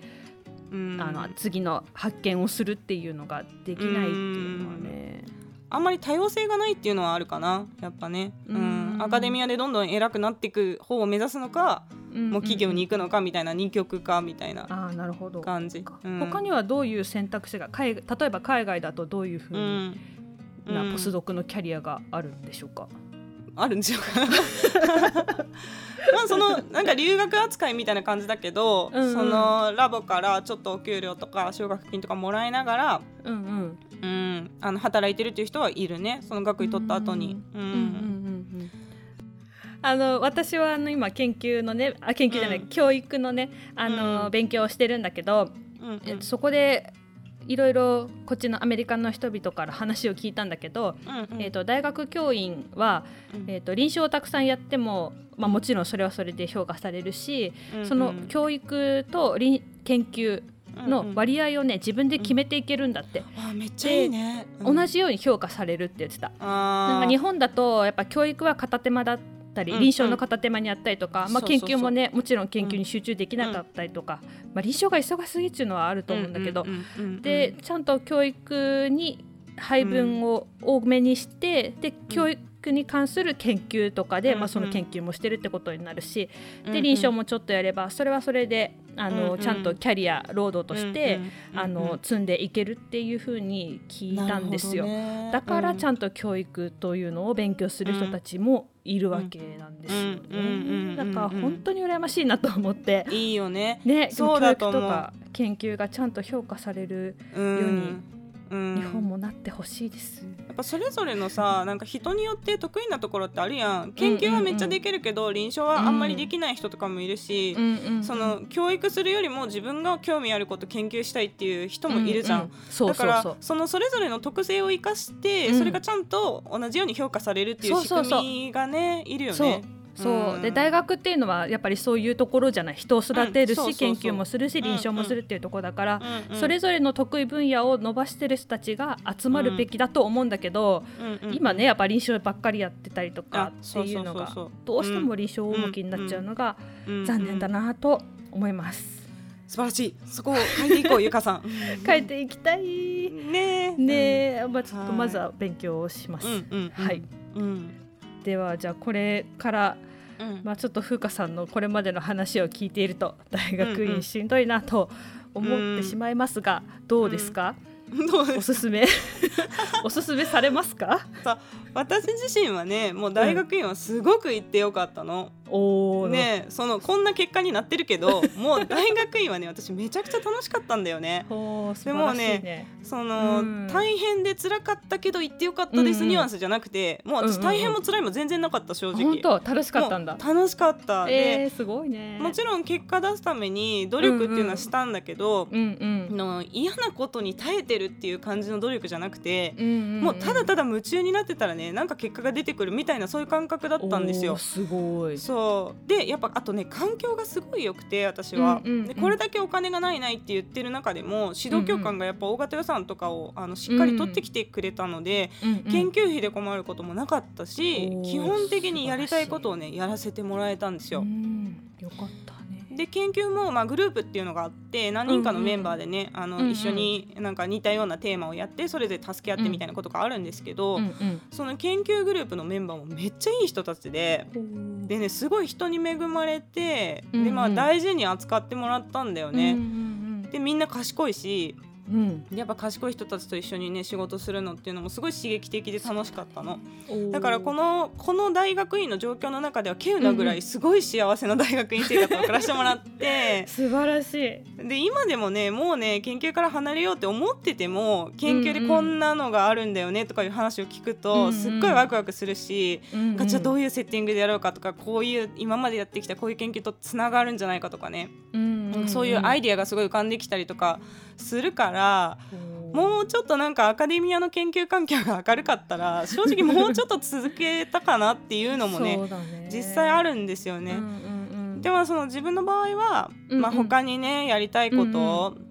[SPEAKER 2] うん
[SPEAKER 1] あの次の発見をするっていうのができないっていうのはね。
[SPEAKER 2] あんまり多様性がないっていうのはあるかなやっぱね、うん
[SPEAKER 1] うん
[SPEAKER 2] アカデミアでどんどん偉くなっていく方を目指すのか、もう企業に行
[SPEAKER 1] く。
[SPEAKER 2] くのかみたいな二極化みたいな
[SPEAKER 1] ああなるほど。
[SPEAKER 2] 感じ。うん
[SPEAKER 1] 他にはどういう選択肢が海例えば海外だとどういうふ
[SPEAKER 2] う
[SPEAKER 1] うん
[SPEAKER 2] う
[SPEAKER 1] なんポスドクのキャリアがあるんでしょうか。
[SPEAKER 2] あるんでしょうか まあそのなんか留学扱いみたいな感じだけど、
[SPEAKER 1] うんうん
[SPEAKER 2] そのラボからちょっとお給料とか奨学金とかもらいながら、
[SPEAKER 1] うんうん
[SPEAKER 2] うん、あの働いてるっていう人はいるねその学位取った後に。うん
[SPEAKER 1] うんうんうんうんあの私はあの今研究のねあ研究じゃない、
[SPEAKER 2] うん
[SPEAKER 1] 教育のねあの、
[SPEAKER 2] うん
[SPEAKER 1] 勉強をしてるんだけど、
[SPEAKER 2] うんうん
[SPEAKER 1] えそこでいろいろこっちのアメリカの人々から話を聞いたんだけど、
[SPEAKER 2] うん
[SPEAKER 1] えー、と大学教員は、
[SPEAKER 2] うん
[SPEAKER 1] えー、と臨床をたくさんやっても、まあ、もちろんそれはそれで評価されるし、
[SPEAKER 2] うん
[SPEAKER 1] その教育と臨研究の割合をね自分で決めていけるんだって、
[SPEAKER 2] うんうんあめっちゃいいね。うん
[SPEAKER 1] 同じように評価されるって言ってた。な
[SPEAKER 2] なん
[SPEAKER 1] か日本だとやっぱ教育は片手間だったり
[SPEAKER 2] うん
[SPEAKER 1] 臨床の片手間にあったりとか、
[SPEAKER 2] うん
[SPEAKER 1] まあ、
[SPEAKER 2] そうそう
[SPEAKER 1] 研
[SPEAKER 2] そう
[SPEAKER 1] 究もねもちろん研究に集中できなかったりとか、まあ、臨床が忙しすぎっていうのはあると思うんだけど、でちゃんと教育に配分を多めにして、で教育に関する研究とかで、
[SPEAKER 2] うん
[SPEAKER 1] まあ、その研究もしてるってことになるし、で臨床もちょっとやればそれはそれであ
[SPEAKER 2] うん
[SPEAKER 1] の、
[SPEAKER 2] うん
[SPEAKER 1] ちゃんとキャリア労働として、あの積んでいけるっていうふうに聞いたんですよ。だからち
[SPEAKER 2] ん
[SPEAKER 1] ゃんと教育というのを勉強する人たちもいるわけなんですよ
[SPEAKER 2] うんうんうんう
[SPEAKER 1] ね。
[SPEAKER 2] ん
[SPEAKER 1] だから本当に羨ましいなと思って
[SPEAKER 2] と。いいよね。
[SPEAKER 1] ね、
[SPEAKER 2] そうだと
[SPEAKER 1] 教
[SPEAKER 2] 思
[SPEAKER 1] 育
[SPEAKER 2] う
[SPEAKER 1] とか研究がちゃんと評価される
[SPEAKER 2] うん
[SPEAKER 1] 世に
[SPEAKER 2] うん
[SPEAKER 1] 日本もなってほしいです。
[SPEAKER 2] やっぱそれぞれのさなんか人によって得意なところってあるやん研究はめっちゃできるけど、臨床はあんまりできない人とかもいるし、その教育するよりも自分が興味あること研究したいっていう人もいるじゃん。
[SPEAKER 1] ううそう
[SPEAKER 2] だか
[SPEAKER 1] そう
[SPEAKER 2] ら
[SPEAKER 1] そう。
[SPEAKER 2] そのそれぞれの特性を生かして、
[SPEAKER 1] うん
[SPEAKER 2] それがちゃんと同じように評価されるっていう
[SPEAKER 1] そう
[SPEAKER 2] 仕
[SPEAKER 1] そうそう
[SPEAKER 2] 組みがねいるよね。
[SPEAKER 1] そうそうで大学っていうのはやっぱりそういうところじゃない人を育てる
[SPEAKER 2] うんそうそう
[SPEAKER 1] し
[SPEAKER 2] そう
[SPEAKER 1] 研究もするし
[SPEAKER 2] うん
[SPEAKER 1] 臨床もするっていうところだから
[SPEAKER 2] うんうん
[SPEAKER 1] それぞれの得意分野を伸ばしてる人たちが集まるべきだと思うんだけど、
[SPEAKER 2] うんうん
[SPEAKER 1] 今ねやっぱ臨床ばっかりやってたりとか
[SPEAKER 2] あ
[SPEAKER 1] って
[SPEAKER 2] そ
[SPEAKER 1] いうの
[SPEAKER 2] そ
[SPEAKER 1] が
[SPEAKER 2] そそ
[SPEAKER 1] どうしても臨床重きになっちゃうのが
[SPEAKER 2] うん
[SPEAKER 1] 残念だ
[SPEAKER 2] うん
[SPEAKER 1] なと思います。
[SPEAKER 2] うん素晴らしいそこを変えて いこうゆかさん
[SPEAKER 1] 変えていきたい
[SPEAKER 2] ねえ
[SPEAKER 1] ねえ、まあ、ちょっと
[SPEAKER 2] はい
[SPEAKER 1] まずは勉強をします。
[SPEAKER 2] うんうんうん
[SPEAKER 1] はい、
[SPEAKER 2] うん
[SPEAKER 1] ではじゃあこれから、
[SPEAKER 2] うん
[SPEAKER 1] まあ、ちょっと風花さんのこれまでの話を聞いていると大学院しんどいなと思ってしまいますが、どうですか、
[SPEAKER 2] どうで
[SPEAKER 1] お
[SPEAKER 2] す
[SPEAKER 1] すすめおすすめされますか
[SPEAKER 2] か 私自身はねもう大学院はすごく行ってよかったの、
[SPEAKER 1] おー
[SPEAKER 2] ねえそのこんな結果になってる けどもう大学院はね私めちゃくちゃ楽しかったんだよね
[SPEAKER 1] おー素
[SPEAKER 2] で
[SPEAKER 1] 晴
[SPEAKER 2] も
[SPEAKER 1] らしい
[SPEAKER 2] ね
[SPEAKER 1] ね。
[SPEAKER 2] その、
[SPEAKER 1] うん
[SPEAKER 2] 大変で辛かったけど行ってよかったです、
[SPEAKER 1] うんうん
[SPEAKER 2] ニュアンスじゃなくても
[SPEAKER 1] う
[SPEAKER 2] う
[SPEAKER 1] んうんう
[SPEAKER 2] 私
[SPEAKER 1] ん
[SPEAKER 2] 大変も辛いも全然なかった正直
[SPEAKER 1] 本当楽しかったんだ
[SPEAKER 2] も。う楽しかった、で
[SPEAKER 1] えー、すごいね。
[SPEAKER 2] もちろん結果出すために努力っていうのはしたんだけど、
[SPEAKER 1] うんうん
[SPEAKER 2] の嫌なことに耐えてるっていう感じの努力じゃなくて、
[SPEAKER 1] うんうんん
[SPEAKER 2] もうただただ夢中になってたらねなんか結果が出てくるみたいなそういう感覚だったんです
[SPEAKER 1] お
[SPEAKER 2] よ
[SPEAKER 1] ー。すごい。
[SPEAKER 2] そうでやっぱあとね環境がすごい良くて私は、
[SPEAKER 1] うんうんうん
[SPEAKER 2] でこれだけお金がないないって言ってる中でも指導教官がやっぱ大型予算とかをあのしっかり取ってきてくれたので、研究費で困ることもなかったし、
[SPEAKER 1] おー
[SPEAKER 2] 基本的にやりたいことをねやらせてもらえたんですよ。
[SPEAKER 1] うんよかったね。
[SPEAKER 2] で研究も、まあ、グループっていうのがあって何人かのメンバーでね、あの
[SPEAKER 1] うんうん
[SPEAKER 2] 一緒になんか似たようなテーマをやってそれで助け合ってみたいなことがあるんですけど、
[SPEAKER 1] うん
[SPEAKER 2] その研究グループのメンバーもめっちゃいい人たちで。
[SPEAKER 1] うん
[SPEAKER 2] でねすごい人に恵まれて、
[SPEAKER 1] うんう
[SPEAKER 2] で
[SPEAKER 1] ん
[SPEAKER 2] まあ、大事に扱ってもらったんだよ
[SPEAKER 1] うんうん
[SPEAKER 2] ね。
[SPEAKER 1] うん
[SPEAKER 2] でみんな賢いし
[SPEAKER 1] うん、
[SPEAKER 2] やっぱ賢い人たちと一緒にね仕事するのっていうのもすごい刺激的で楽しかったの、ね、だからこのこの大学院の状況の中では稀有なぐらいすごい幸せな大学院生活を暮らしてもらって
[SPEAKER 1] 素晴らしい
[SPEAKER 2] で今でもねもうね研究から離れようって思ってても研究でこんなのがあるんだよねとかいう話を聞くと、すっごいワクワクするし、うんうん、じゃあどういうセッティングでやろうかとかこういう今までやってきたこういう研究とつながるんじゃないかとかね、
[SPEAKER 1] うんうんうん、
[SPEAKER 2] そういうアイデアがすごい浮かんできたりとかするから、もうちょっとなんかアカデミアの研究環境が明るかったら正直もうちょっと続けたかなっていうのも ねね実際あるんですよね。うんうんうん、でもその自分の場合は、うんうん、まあ、他にねやりたいことを、うんうん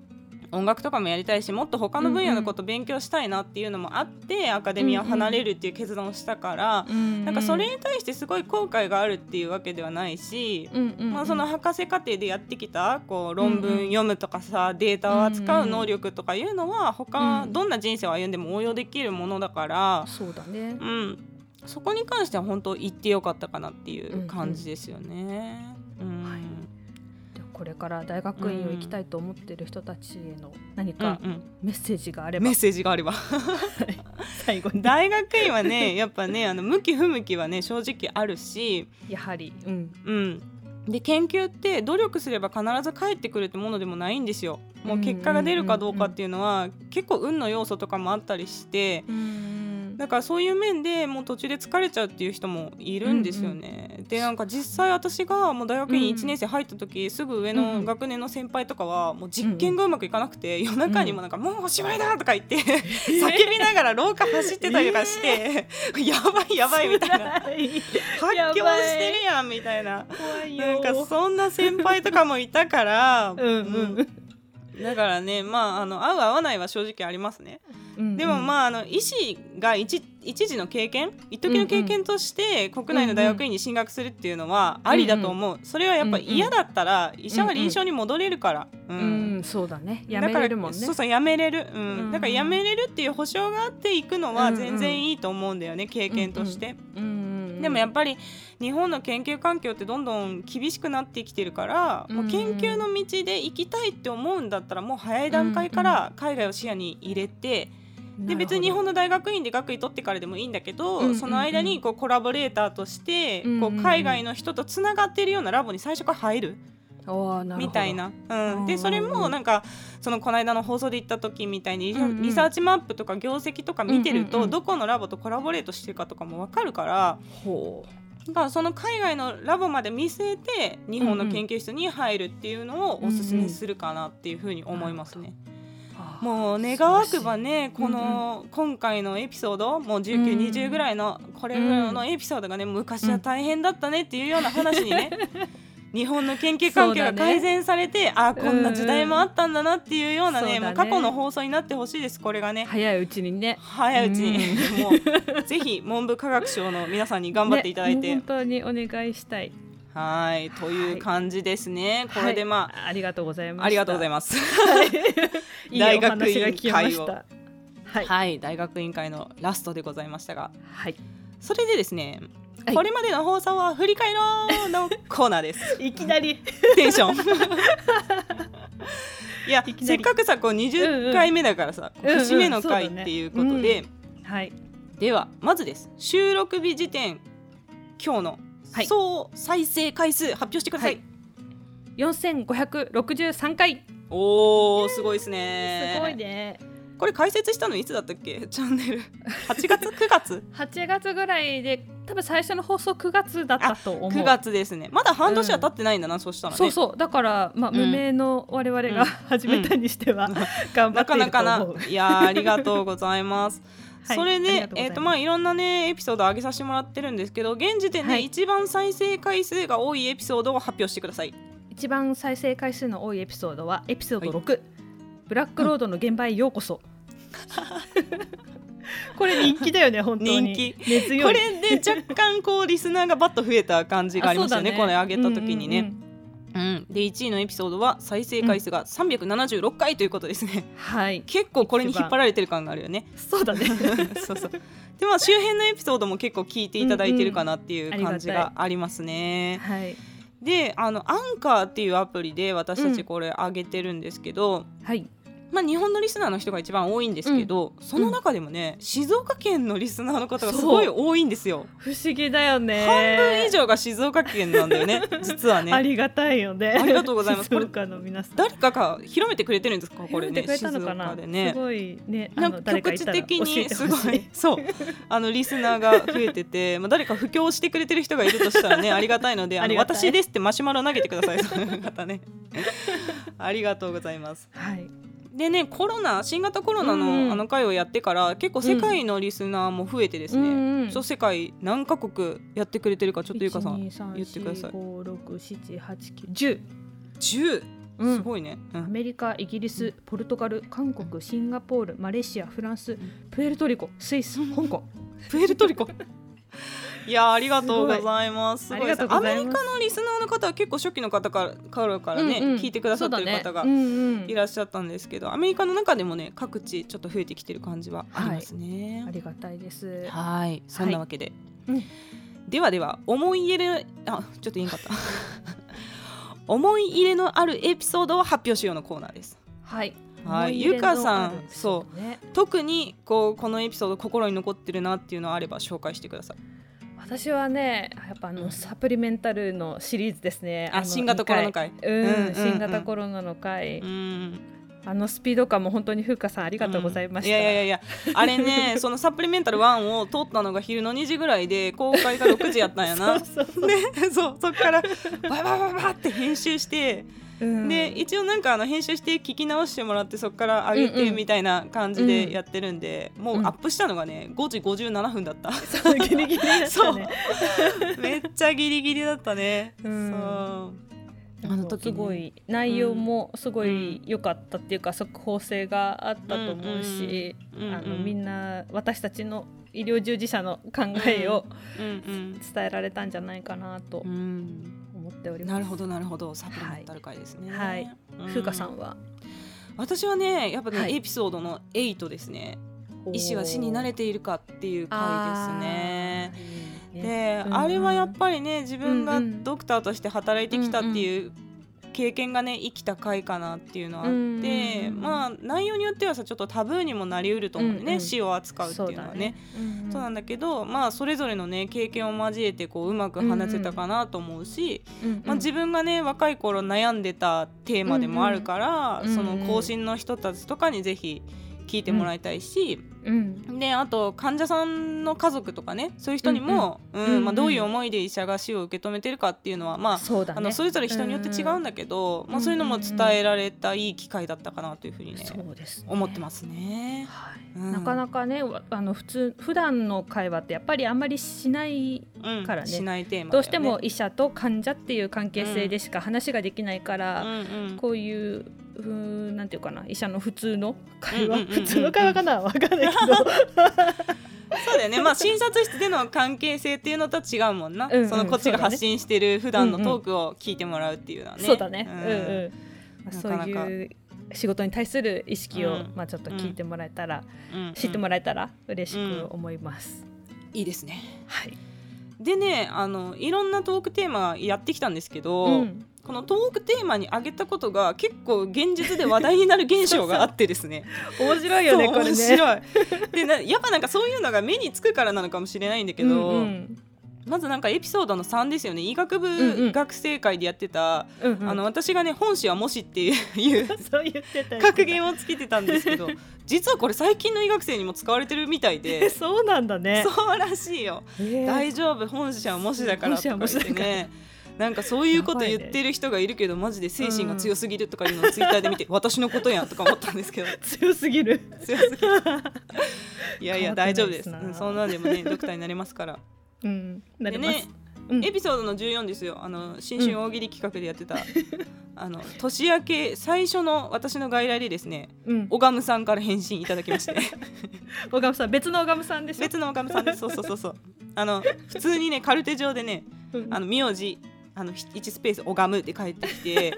[SPEAKER 2] 音楽とかもやりたいしもっと他の分野のこと勉強したいなっていうのもあって、うんうん、アカデミアを離れるっていう決断をしたから、うんうん、なんかそれに対してすごい後悔があるっていうわけではないし、
[SPEAKER 1] うんうんうん、
[SPEAKER 2] まあ、その博士課程でやってきたこう論文読むとかさ、うんうん、データを扱う能力とかいうのは他、どんな人生を歩んでも応用できるものだから。
[SPEAKER 1] そうだね、
[SPEAKER 2] うん、そこに関しては本当言ってよかったかなっていう感じですよね。うん、うんはい
[SPEAKER 1] これから大学院を行きたいと思ってる人たちへの何かメッセージがあれば、
[SPEAKER 2] うんうん、メッセージがあれば
[SPEAKER 1] 最後
[SPEAKER 2] 大学院はねやっぱねあの向き不向きはね正直あるし
[SPEAKER 1] やはり
[SPEAKER 2] うん、うん、で研究って努力すれば必ず返ってくるってものでもないんですよもう結果が出るかどうかっていうのは、うんうん、結構運の要素とかもあったりして、だからそういう面でもう途中で疲れちゃうっていう人もいるんですよね。うんうん、でなんか実際私がもう大学院1年生入った時、うん、すぐ上の学年の先輩とかはもう実験がうまくいかなくて、うん、夜中にもなんか「もうおしまいだ!」とか言って、うん、 叫びながら廊下走ってたりとかして 「やば いやばい」みたいな「発狂してるやん」みたいななんかそんな先輩とかもいたから
[SPEAKER 1] うん、
[SPEAKER 2] だからねまああの合う合わないは正直ありますね。うんうん、でもまああの医師が一一時の経験一時の経験として国内の大学院に進学するっていうのはありだと思う、うんうん、それはやっぱ嫌だったら医者は臨床に戻れるから、
[SPEAKER 1] うん、うんうん、そうだねやめれるもんね
[SPEAKER 2] そうそうやめれる、うん、うん、だからやめれるっていう保証があっていくのは全然いいと思うんだよね、経験として。
[SPEAKER 1] うんうん
[SPEAKER 2] でもやっぱり日本の研究環境ってどんどん厳しくなってきてるから、もう研究の道で行きたいって思うんだったらもう早い段階から海外を視野に入れて。で別に日本の大学院で学位取ってからでもいいんだけど、うんうんうん、その間にこうコラボレーターとして、うんうんうん、こう海外の人とつながってるようなラボに最初から入る。みたいな、うん、でそれもなんかそのこの間の放送で言った時みたいにリ,、サーチマップとか業績とか見てると、うんうんうん、どこのラボとコラボレートしてるかとかも分かるから。だからその海外のラボまで見据えて日本の研究室に入るっていうのをおすすめするかなっていうふうに思いますね。うんうん、もう願わくばねこの今回のエピソードもう1920ぐらいのこれぐらいのエピソードがね昔は大変だったねっていうような話に ね、日本の研究環境が改善されて、ね、ああこんな時代もあったんだなっていうようなね、うんうん、もう過去の放送になってほしいですこれがね
[SPEAKER 1] 早いうちにね
[SPEAKER 2] 早いうちに、もうぜひ文部科学省の皆さんに頑張っていただいて、ね、
[SPEAKER 1] 本当にお願いしたい
[SPEAKER 2] はいという感じですね、はい、これでま
[SPEAKER 1] あ、はい、ありがとうございます
[SPEAKER 2] ありが とうございます
[SPEAKER 1] 大学院会を
[SPEAKER 2] はい、はい、大学院会のラストでございましたが
[SPEAKER 1] はい
[SPEAKER 2] それでですねはい、これまでの放送は振り返ろうのコーナーです。
[SPEAKER 1] いきなり
[SPEAKER 2] テンショ ンいやせっかくさこう20回目だからさ、うんうん、節目の回っていうことで、うん
[SPEAKER 1] うんねはい、
[SPEAKER 2] ではまずです収録日時点今日の総再生回数発表してください。はい、
[SPEAKER 1] 4563回
[SPEAKER 2] おーすごいですね。
[SPEAKER 1] すごいね。
[SPEAKER 2] これ解説したのいつだったっけチャンネ ル8月9月
[SPEAKER 1] 8月ぐらいで多分最初の放送9月だったと思う9
[SPEAKER 2] 月ですねまだ半年は経ってないんだな、うん、そしたら、ね、
[SPEAKER 1] そうそうだから、まあ、無名の我々が 始めたにしては、うん、 頑張っていると思う
[SPEAKER 2] いやありがとうございます はい、それで、えっ、ー、とまあいろんなねエピソード上げさせてもらってるんですけど現時点で、ねはい、一番再生回数が多いエピソードを発表してください
[SPEAKER 1] 一番再生回数の多いエピソードはエピソード6、はいブラックロードの現場へようこ そ。これ人気だよね本当に
[SPEAKER 2] 人気これで若干こうリスナーがバッと増えた感 じがありますよね、ね、これ上げた時にね、うん、うんうん、で1位のエピソードは再生回数が376回ということですね、
[SPEAKER 1] うん、はい
[SPEAKER 2] 結構これに引っ張られてる感があるよね
[SPEAKER 1] そうだね
[SPEAKER 2] そうそうでまあ周辺のエピソードも結構聞いていただいてるかなっていう感じがありますね、
[SPEAKER 1] うんうん、はい
[SPEAKER 2] であのアンカーっていうアプリで私たちこれ上げてるんですけど、
[SPEAKER 1] はい
[SPEAKER 2] まあ、日本のリスナーの人が一番多いんですけど、その中でもね、静岡県のリスナーの方がすごい多いんですよ。
[SPEAKER 1] 不思議だよね
[SPEAKER 2] 半分以上が静岡県なんだ よね実はね。
[SPEAKER 1] ありがたいよね
[SPEAKER 2] ありがとうございます
[SPEAKER 1] 静岡の皆さん
[SPEAKER 2] 誰かが広めてくれてるんですかこれ
[SPEAKER 1] 広め
[SPEAKER 2] ね
[SPEAKER 1] てくれたのかな
[SPEAKER 2] 静岡でね。
[SPEAKER 1] すごいねあ
[SPEAKER 2] な
[SPEAKER 1] の
[SPEAKER 2] んか
[SPEAKER 1] 誰
[SPEAKER 2] 局
[SPEAKER 1] かい
[SPEAKER 2] 地
[SPEAKER 1] たら教
[SPEAKER 2] 的
[SPEAKER 1] え
[SPEAKER 2] に
[SPEAKER 1] て
[SPEAKER 2] す
[SPEAKER 1] ほ
[SPEAKER 2] ご
[SPEAKER 1] し
[SPEAKER 2] いそうあのリスナーが増えてて、まあ、誰か布教してくれてる人がいるとしたら ねありがたいので「あ
[SPEAKER 1] あ
[SPEAKER 2] の
[SPEAKER 1] りがたい
[SPEAKER 2] 私です」ってマシュマロ投げてくださいその 方ねありがとうございます
[SPEAKER 1] はい
[SPEAKER 2] でねコロナ新型コロナ
[SPEAKER 1] うんうん
[SPEAKER 2] のあの回をやってから結構世界のリスナーも増えてですね、
[SPEAKER 1] うんうん
[SPEAKER 2] そう世界何カ国やってくれてるかちょっとゆかさん言ってください
[SPEAKER 1] 五六七八九十。
[SPEAKER 2] 10
[SPEAKER 1] うん
[SPEAKER 2] すごいね、う
[SPEAKER 1] ア
[SPEAKER 2] ん
[SPEAKER 1] メリカ、イギリス、ポルトガル、韓国、シンガポール、マレーシア、フランス、プエルトリコ、スイス、香港。
[SPEAKER 2] プエルト リコいやーありがとうございますす
[SPEAKER 1] あ
[SPEAKER 2] ご
[SPEAKER 1] り
[SPEAKER 2] い
[SPEAKER 1] が
[SPEAKER 2] です
[SPEAKER 1] とう
[SPEAKER 2] ア
[SPEAKER 1] ござい
[SPEAKER 2] メリ
[SPEAKER 1] ま
[SPEAKER 2] カのリスナーの方は結構初期の方からからから
[SPEAKER 1] す。
[SPEAKER 2] ね、
[SPEAKER 1] うんうん
[SPEAKER 2] 聞いてくださってる方が
[SPEAKER 1] そうだねうんうん
[SPEAKER 2] いらっしゃったんですけど、アメリカの中でもね各地ちょっと増えてきてる感じはありますね。
[SPEAKER 1] ありがたいです。
[SPEAKER 2] はい、そんなわけで、
[SPEAKER 1] うん
[SPEAKER 2] ではでは思い入れあちょっと言えんかった 思い入れのあるエピソードを発表しようのコーナーです
[SPEAKER 1] はい。
[SPEAKER 2] はいゆかさん
[SPEAKER 1] うね。
[SPEAKER 2] 特にこうこのエピソード心に残ってるなっていうのあれば紹介してください
[SPEAKER 1] 私はね、やっぱあ
[SPEAKER 2] う
[SPEAKER 1] の
[SPEAKER 2] ん
[SPEAKER 1] サプリメンタルのシリーズですね。
[SPEAKER 2] あ
[SPEAKER 1] の
[SPEAKER 2] 新型コロナ。回
[SPEAKER 1] 二回うん、
[SPEAKER 2] うんうんうん
[SPEAKER 1] 新型コロナの回、
[SPEAKER 2] うん
[SPEAKER 1] あのスピード感も本当に風花さんありがとうございました。
[SPEAKER 2] うんいやいやいやあれ ねそのサプリメンタル1を撮ったのが昼の2時ぐらいで公開が6時やったんやな
[SPEAKER 1] そうそうそう
[SPEAKER 2] でそうそっからバババババって編集して
[SPEAKER 1] うん
[SPEAKER 2] で一応なんかあの編集して聞き直してもらってそこから上げ
[SPEAKER 1] うんう
[SPEAKER 2] て
[SPEAKER 1] ん
[SPEAKER 2] みたいな感じでやってるんで、もううんアップしたのがね5時57分だった
[SPEAKER 1] そうギリギリだったね。
[SPEAKER 2] そうめっちゃギリギリだったね、
[SPEAKER 1] うん
[SPEAKER 2] そうあの時ね
[SPEAKER 1] すごい内容もすごい良かったっていうか、速報性があったと思うし、
[SPEAKER 2] うんうん
[SPEAKER 1] あのみんな私たちの医療従事者の考えを
[SPEAKER 2] うん
[SPEAKER 1] 伝えられたんじゃないかなと
[SPEAKER 2] うんうん
[SPEAKER 1] 思っており
[SPEAKER 2] な
[SPEAKER 1] ま
[SPEAKER 2] る
[SPEAKER 1] す。
[SPEAKER 2] ほどなるほどサプリメンタル会ですね
[SPEAKER 1] はいは
[SPEAKER 2] うん
[SPEAKER 1] 風花さんは
[SPEAKER 2] 私はねやっぱね、
[SPEAKER 1] はい
[SPEAKER 2] エピソードの8ですね医師は死に慣れているかっていう回ですね
[SPEAKER 1] あーいいね
[SPEAKER 2] で、
[SPEAKER 1] うん
[SPEAKER 2] あれはやっぱりね自分が
[SPEAKER 1] うんうん
[SPEAKER 2] ドクターとして働いてきたっていう経験がね生きた回かなっていうのはあって、
[SPEAKER 1] うんうんうん
[SPEAKER 2] まあ内容によってはさちょっとタブーにもなりうると思うんでね、
[SPEAKER 1] うんうん
[SPEAKER 2] 死を扱うっていうの
[SPEAKER 1] そう
[SPEAKER 2] はね。
[SPEAKER 1] だねうん
[SPEAKER 2] そうなんだけど、まあ、それぞれの、ね、経験を交えてこううまく話せたかなと思うし、
[SPEAKER 1] うんうん
[SPEAKER 2] まあ、自分が、ね、若い頃悩んでたテーマでもあるから、
[SPEAKER 1] うんうん
[SPEAKER 2] そ
[SPEAKER 1] うん
[SPEAKER 2] の
[SPEAKER 1] うん
[SPEAKER 2] 後進の人たちとかにぜひ聞いてもらいたいし、
[SPEAKER 1] うん
[SPEAKER 2] であと患者さんの家族とかねそういう人にも
[SPEAKER 1] んうん
[SPEAKER 2] うんま
[SPEAKER 1] う
[SPEAKER 2] あ
[SPEAKER 1] ん
[SPEAKER 2] どういう思いで医者が死を受け止めてるかっていうのは、まあ
[SPEAKER 1] そうだね
[SPEAKER 2] あのそれぞれ人によって違うんだけど、まあ、そういうのも伝えられたいい機会だったかなというふうにね、
[SPEAKER 1] そうですね
[SPEAKER 2] 思ってますね。
[SPEAKER 1] はい
[SPEAKER 2] うん
[SPEAKER 1] なかなかねわあの普通普段の会話ってやっぱりあんまりしない
[SPEAKER 2] うん
[SPEAKER 1] からね
[SPEAKER 2] しないテーマだ
[SPEAKER 1] ど
[SPEAKER 2] よね
[SPEAKER 1] うしても医者と患者っていう関係性でしか話ができないか
[SPEAKER 2] う
[SPEAKER 1] ら、
[SPEAKER 2] んうん
[SPEAKER 1] こういううーんなんていうかな医者の普通の会話、
[SPEAKER 2] うんうんうんうん
[SPEAKER 1] 普通の会話かなわかん ないけど
[SPEAKER 2] そうだよね、まあ、診察室での関係性っていうのとは違うもんな、
[SPEAKER 1] うんうん
[SPEAKER 2] そのこっちが発信してる普段の
[SPEAKER 1] そうだね
[SPEAKER 2] トークを聞いてもらうっていうのはね。
[SPEAKER 1] そうだね、うん
[SPEAKER 2] うん
[SPEAKER 1] うんまあ
[SPEAKER 2] なかなか
[SPEAKER 1] そういう仕事に対する意識を、
[SPEAKER 2] うん
[SPEAKER 1] まあ、ちょっと聞いてもらえたら、
[SPEAKER 2] うんうん
[SPEAKER 1] 知ってもらえたら嬉しく思います、
[SPEAKER 2] いいですね。
[SPEAKER 1] はい、
[SPEAKER 2] でねあのいろんなトークテーマやってきたんですけど、
[SPEAKER 1] うん、
[SPEAKER 2] このトークテーマに挙げたことが結構現実で話題になる現象があってで すね
[SPEAKER 1] 面白いよね
[SPEAKER 2] そう
[SPEAKER 1] これね
[SPEAKER 2] 面白いでな やっぱなんかそういうのが目につくからなのかもしれないんだけど、
[SPEAKER 1] うんうん
[SPEAKER 2] まずなんかエピソードの3ですよね医学
[SPEAKER 1] んうん
[SPEAKER 2] 部学生会でやってた、
[SPEAKER 1] うんうん
[SPEAKER 2] あの私がね本誌はもしっていう
[SPEAKER 1] そう言ってたよ
[SPEAKER 2] 格言をつけてたんです けど実はこれ最近の医学生にも使われてるみたいで
[SPEAKER 1] そうなんだね
[SPEAKER 2] そうらしいよ。大丈夫本社はもしだか
[SPEAKER 1] 本
[SPEAKER 2] らと
[SPEAKER 1] 社
[SPEAKER 2] か
[SPEAKER 1] は
[SPEAKER 2] 言
[SPEAKER 1] も
[SPEAKER 2] っ
[SPEAKER 1] しだか
[SPEAKER 2] て
[SPEAKER 1] ら
[SPEAKER 2] ねなんかそういうこと言ってる人がいるけどマジで精神が強すぎるとかいうのをツイッターで見て、私のことやんとか思ったんですけ ど
[SPEAKER 1] 強すぎる
[SPEAKER 2] 強すぎるいやいや大丈夫です
[SPEAKER 1] 変わってないですな
[SPEAKER 2] うんそんなんでもねドクターになれますから
[SPEAKER 1] うんなり
[SPEAKER 2] で
[SPEAKER 1] ます、
[SPEAKER 2] ね
[SPEAKER 1] うん
[SPEAKER 2] エピソードの14ですよあの新春大喜利企画でやってた、あの年明け最初の私の外来でですね
[SPEAKER 1] うん、
[SPEAKER 2] オガムさんから返信いただ きまして
[SPEAKER 1] おがむさん別のおがむさんでしょ
[SPEAKER 2] 別のオガムさんですそうそうそうそうあの普通にねカルテ上でね
[SPEAKER 1] うん
[SPEAKER 2] あの名字あのひ一スペース「おがむ」って帰ってき て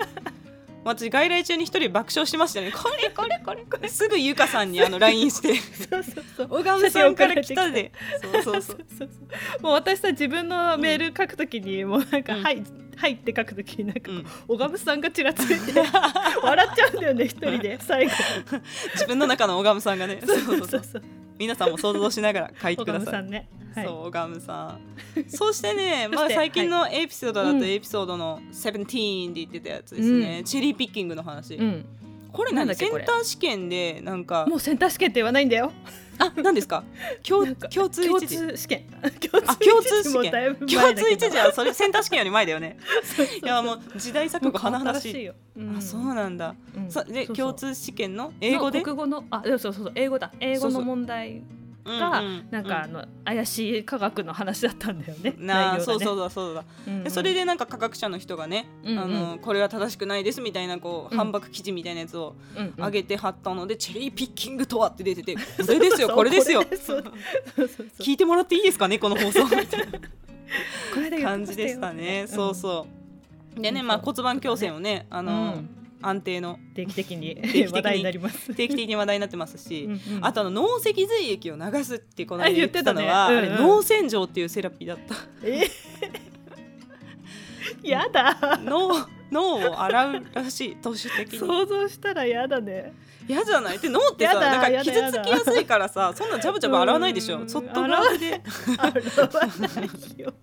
[SPEAKER 2] 私外来中に一人爆笑してましたね これこれこれ これすぐゆかさんにあの LINE して
[SPEAKER 1] そうそうそう
[SPEAKER 2] 「おがむさんから来た で」そうそうそ
[SPEAKER 1] そ
[SPEAKER 2] う
[SPEAKER 1] うそうもう私さ自分のメール書くときにもうなんか、
[SPEAKER 2] うん
[SPEAKER 1] はいはい」って書くときになんかこう、小神さんがちらついて笑っちゃうんだよね一人 で最後
[SPEAKER 2] 自分の中の小神さんがねそうそうそう
[SPEAKER 1] そうそう
[SPEAKER 2] 皆さんも想像しながら書いて
[SPEAKER 1] 小
[SPEAKER 2] くだ
[SPEAKER 1] 神
[SPEAKER 2] さ
[SPEAKER 1] さ
[SPEAKER 2] い。
[SPEAKER 1] んね、はい、
[SPEAKER 2] そうオガムさんそしてね、ま
[SPEAKER 1] そ
[SPEAKER 2] あ、
[SPEAKER 1] して
[SPEAKER 2] 最近のエピソードだ
[SPEAKER 1] うん
[SPEAKER 2] とエピソードの「セブンティーン」で言ってたやつですね、チェリーピッキングの話、
[SPEAKER 1] うん、
[SPEAKER 2] これ
[SPEAKER 1] なんだ
[SPEAKER 2] 何
[SPEAKER 1] っけ
[SPEAKER 2] セン
[SPEAKER 1] これ
[SPEAKER 2] ター試験でなんか
[SPEAKER 1] もうセンター試験って言わないんだよ
[SPEAKER 2] あ何ですか 共
[SPEAKER 1] なんか
[SPEAKER 2] 共通
[SPEAKER 1] 共
[SPEAKER 2] 一次
[SPEAKER 1] 通試験共
[SPEAKER 2] あ共通
[SPEAKER 1] 一次も
[SPEAKER 2] 試験
[SPEAKER 1] だいぶ
[SPEAKER 2] 共
[SPEAKER 1] 前だ
[SPEAKER 2] 通
[SPEAKER 1] け
[SPEAKER 2] 一
[SPEAKER 1] ど
[SPEAKER 2] 次はそれセンター試験より前だよ ねいやもう時代錯誤甚だ
[SPEAKER 1] 新
[SPEAKER 2] し
[SPEAKER 1] しい
[SPEAKER 2] い
[SPEAKER 1] よ、
[SPEAKER 2] あそう
[SPEAKER 1] な
[SPEAKER 2] なんだ、そで共通試験の英語で
[SPEAKER 1] 国語のあそうそうそう英語だ英語
[SPEAKER 2] そうそ
[SPEAKER 1] の
[SPEAKER 2] う
[SPEAKER 1] 問題
[SPEAKER 2] が
[SPEAKER 1] がなんかあの、怪しい科学の話だったんだよね
[SPEAKER 2] なあ
[SPEAKER 1] 内容がね
[SPEAKER 2] そうそうだそうだ、
[SPEAKER 1] うんうん
[SPEAKER 2] でそれでなんか科学者の人がね、
[SPEAKER 1] うんうん
[SPEAKER 2] あのこれは正しくないですみたいなこう、
[SPEAKER 1] うん
[SPEAKER 2] 反駁記事みたいなやつを
[SPEAKER 1] うんうん
[SPEAKER 2] 上げて貼ったので、チェリーピッキングとはって出てて これですよこれですよ
[SPEAKER 1] そうそうそうそう
[SPEAKER 2] 聞いてもらっていいですかねこの放送みたい
[SPEAKER 1] これで言っ
[SPEAKER 2] な
[SPEAKER 1] て
[SPEAKER 2] 感
[SPEAKER 1] ま
[SPEAKER 2] じ
[SPEAKER 1] したよ
[SPEAKER 2] でしたね、
[SPEAKER 1] うん
[SPEAKER 2] そうそうでね、まあ、骨盤矯正もねあ
[SPEAKER 1] うん
[SPEAKER 2] の、安定の
[SPEAKER 1] 定期的に
[SPEAKER 2] 期的に
[SPEAKER 1] 話題になり ます
[SPEAKER 2] 定期的に話題になってますし、
[SPEAKER 1] うんうん
[SPEAKER 2] あとあの脳脊髄液を流すってこの
[SPEAKER 1] あ
[SPEAKER 2] 間
[SPEAKER 1] 言
[SPEAKER 2] 言
[SPEAKER 1] っ
[SPEAKER 2] ってて
[SPEAKER 1] た
[SPEAKER 2] た
[SPEAKER 1] ね
[SPEAKER 2] のは、
[SPEAKER 1] うんうん
[SPEAKER 2] あれ脳洗浄っていうセラピーだった
[SPEAKER 1] え ーやだ
[SPEAKER 2] 脳脳を洗うらしい投手的に
[SPEAKER 1] 想像したらやだね
[SPEAKER 2] 嫌じゃないって脳ってさ
[SPEAKER 1] やだ
[SPEAKER 2] なん
[SPEAKER 1] やだ
[SPEAKER 2] か傷
[SPEAKER 1] や
[SPEAKER 2] つ
[SPEAKER 1] だ
[SPEAKER 2] きやすいからさそんなジャブジャブ洗わないでし
[SPEAKER 1] うん
[SPEAKER 2] ょそっと洗うで
[SPEAKER 1] 洗わないよ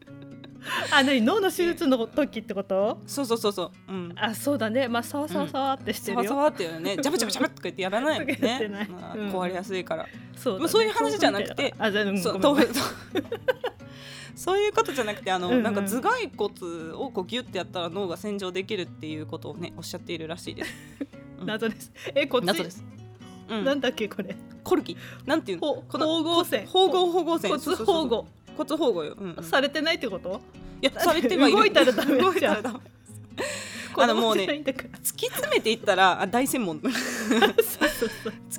[SPEAKER 1] あ何脳の手術の時ってこと
[SPEAKER 2] そうそうそうそううん
[SPEAKER 1] あそうだねまあさわさわさわってして
[SPEAKER 2] サ
[SPEAKER 1] る
[SPEAKER 2] ワ
[SPEAKER 1] よ、
[SPEAKER 2] サワっていうのねジャブジャブジャブとか言ってやらないもん
[SPEAKER 1] と かやって
[SPEAKER 2] ね
[SPEAKER 1] ない
[SPEAKER 2] まあ
[SPEAKER 1] うん
[SPEAKER 2] 壊れやすいから
[SPEAKER 1] そうだね
[SPEAKER 2] もうそういう話じゃなくて
[SPEAKER 1] あじゃあうん
[SPEAKER 2] そう
[SPEAKER 1] ごめん
[SPEAKER 2] 豆腐 そういうことじゃなくてあの
[SPEAKER 1] うんうん
[SPEAKER 2] なんか頭蓋骨をこうギュッてやったら脳が洗浄できるっていうことをねおっしゃっているらしいです
[SPEAKER 1] 謎ですえこっち
[SPEAKER 2] 謎です。う、
[SPEAKER 1] なんんだっけこれ
[SPEAKER 2] コルキなんていうの
[SPEAKER 1] ほ
[SPEAKER 2] この
[SPEAKER 1] 縫合線
[SPEAKER 2] 縫合縫合線
[SPEAKER 1] 骨
[SPEAKER 2] そうそうそう
[SPEAKER 1] 保護
[SPEAKER 2] 骨縫合よ、うんうん
[SPEAKER 1] されてないってこと
[SPEAKER 2] いやされてはいる
[SPEAKER 1] 動いたらダメじゃん
[SPEAKER 2] 動いたらダメあのもうね
[SPEAKER 1] 子供じゃないんだ から
[SPEAKER 2] 突き詰めていったらあ大専門突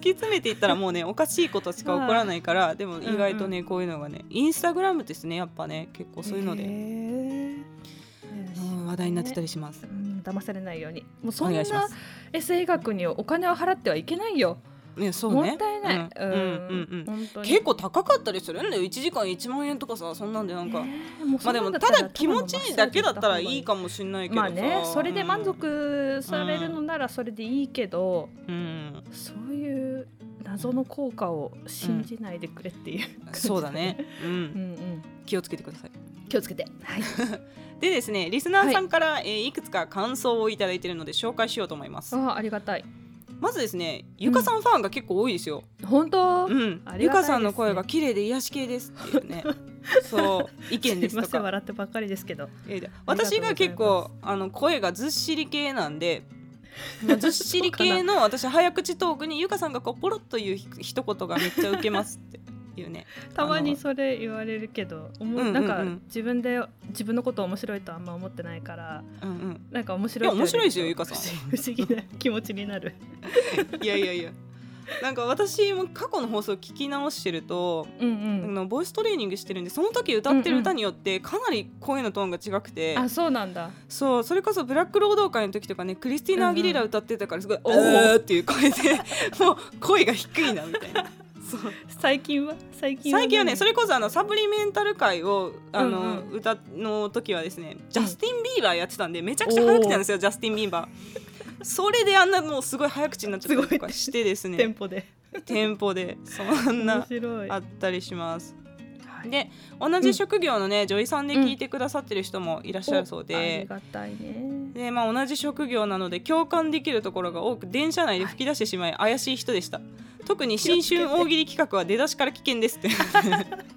[SPEAKER 2] き詰めていったらもうねおかしいことしか起こらないからでも意外とね、こういうのがねインスタグラムですねやっぱね結構そういうので、
[SPEAKER 1] へー
[SPEAKER 2] うん話題になってたりします、
[SPEAKER 1] うん騙されないようにもうそん
[SPEAKER 2] お
[SPEAKER 1] な
[SPEAKER 2] 願いします
[SPEAKER 1] SE 学にお金を払ってはいけないよ、
[SPEAKER 2] ねそうね
[SPEAKER 1] もったいない、
[SPEAKER 2] うん、うんうんうん
[SPEAKER 1] 本当に
[SPEAKER 2] 結構高かったりするんだよ1時間1万円とかさそんなんでなんか、
[SPEAKER 1] ねもう
[SPEAKER 2] ま
[SPEAKER 1] そ
[SPEAKER 2] あ
[SPEAKER 1] ん
[SPEAKER 2] で
[SPEAKER 1] なんだ
[SPEAKER 2] も
[SPEAKER 1] ったたら
[SPEAKER 2] だ気持ちいいだけだったらいいかもしれないけど
[SPEAKER 1] ま
[SPEAKER 2] さ
[SPEAKER 1] あねそれで満足されるのならそれでいいけど、
[SPEAKER 2] うん、
[SPEAKER 1] そういう謎の効果を信じないでくれっていう、
[SPEAKER 2] そうだ ね、う
[SPEAKER 1] うん
[SPEAKER 2] ん、
[SPEAKER 1] うん
[SPEAKER 2] 気をつけてください
[SPEAKER 1] 気をつけてはい
[SPEAKER 2] でですねリスナーさんから、いえーいくつか感想をいただいているので紹介しようと思います
[SPEAKER 1] ああありがたい
[SPEAKER 2] まずですねゆかさんファンが結構多いですよ、
[SPEAKER 1] 本当、
[SPEAKER 2] うん
[SPEAKER 1] あり
[SPEAKER 2] ゆ
[SPEAKER 1] がたいですね
[SPEAKER 2] かさんの声が綺麗で癒し系ですっ ていうねそう意見です
[SPEAKER 1] いま
[SPEAKER 2] と
[SPEAKER 1] せん
[SPEAKER 2] か
[SPEAKER 1] 笑ってばっかりですけど
[SPEAKER 2] えー私が結構あの声がずっしり系なんでまあずっしり系 の私早口トークにゆかさんがこうポロッと言うひ一言がめっちゃウケますっていうね
[SPEAKER 1] たまにそれ言われるけど思う
[SPEAKER 2] うんうんう
[SPEAKER 1] なん
[SPEAKER 2] ん
[SPEAKER 1] か自分で自分のこと面白いとあんま思ってないから
[SPEAKER 2] うんうん
[SPEAKER 1] なんか面白い
[SPEAKER 2] いや面白いですよ
[SPEAKER 1] と
[SPEAKER 2] ゆかさん
[SPEAKER 1] 不思議な気持ちになる
[SPEAKER 2] いやいやいやなんか私も過去の放送を聞き直してると
[SPEAKER 1] うん
[SPEAKER 2] あ
[SPEAKER 1] うん
[SPEAKER 2] のボイストレーニングしてるんでその時歌ってる歌によってかなり声のトーンが違くて、
[SPEAKER 1] あそうなんだ
[SPEAKER 2] そうそれこそブラック労働会の時とかねクリスティーナ・アギレラ歌ってたからすごい「
[SPEAKER 1] う
[SPEAKER 2] お
[SPEAKER 1] んうん
[SPEAKER 2] ー」っていう 声でもう声が低いなみたいな。そう
[SPEAKER 1] 最近は最近は
[SPEAKER 2] 最近はねそ
[SPEAKER 1] れ
[SPEAKER 2] れこそあのサブリメンタル会をあの、
[SPEAKER 1] うんう
[SPEAKER 2] 歌の時はですねジャスティン・ビーバーやってたんでめちゃくちゃ早口なんですよジャスティン・ビーバー。それであんなもうすごい早口になっちゃったりとかしてです
[SPEAKER 1] テン
[SPEAKER 2] ね
[SPEAKER 1] ポで
[SPEAKER 2] テンポでそん
[SPEAKER 1] 面
[SPEAKER 2] な
[SPEAKER 1] 白い
[SPEAKER 2] あったりします。
[SPEAKER 1] はい
[SPEAKER 2] で同じ職業のね、女医さんで聞いてくださってる人もいらっしゃるそ
[SPEAKER 1] お
[SPEAKER 2] う
[SPEAKER 1] あり
[SPEAKER 2] で。
[SPEAKER 1] がたいね
[SPEAKER 2] でまあ、同じ職業なので共感できるところが多く電車内で吹き出してしまい怪しい人でした特に新春大喜利企画は出だしから危険ですって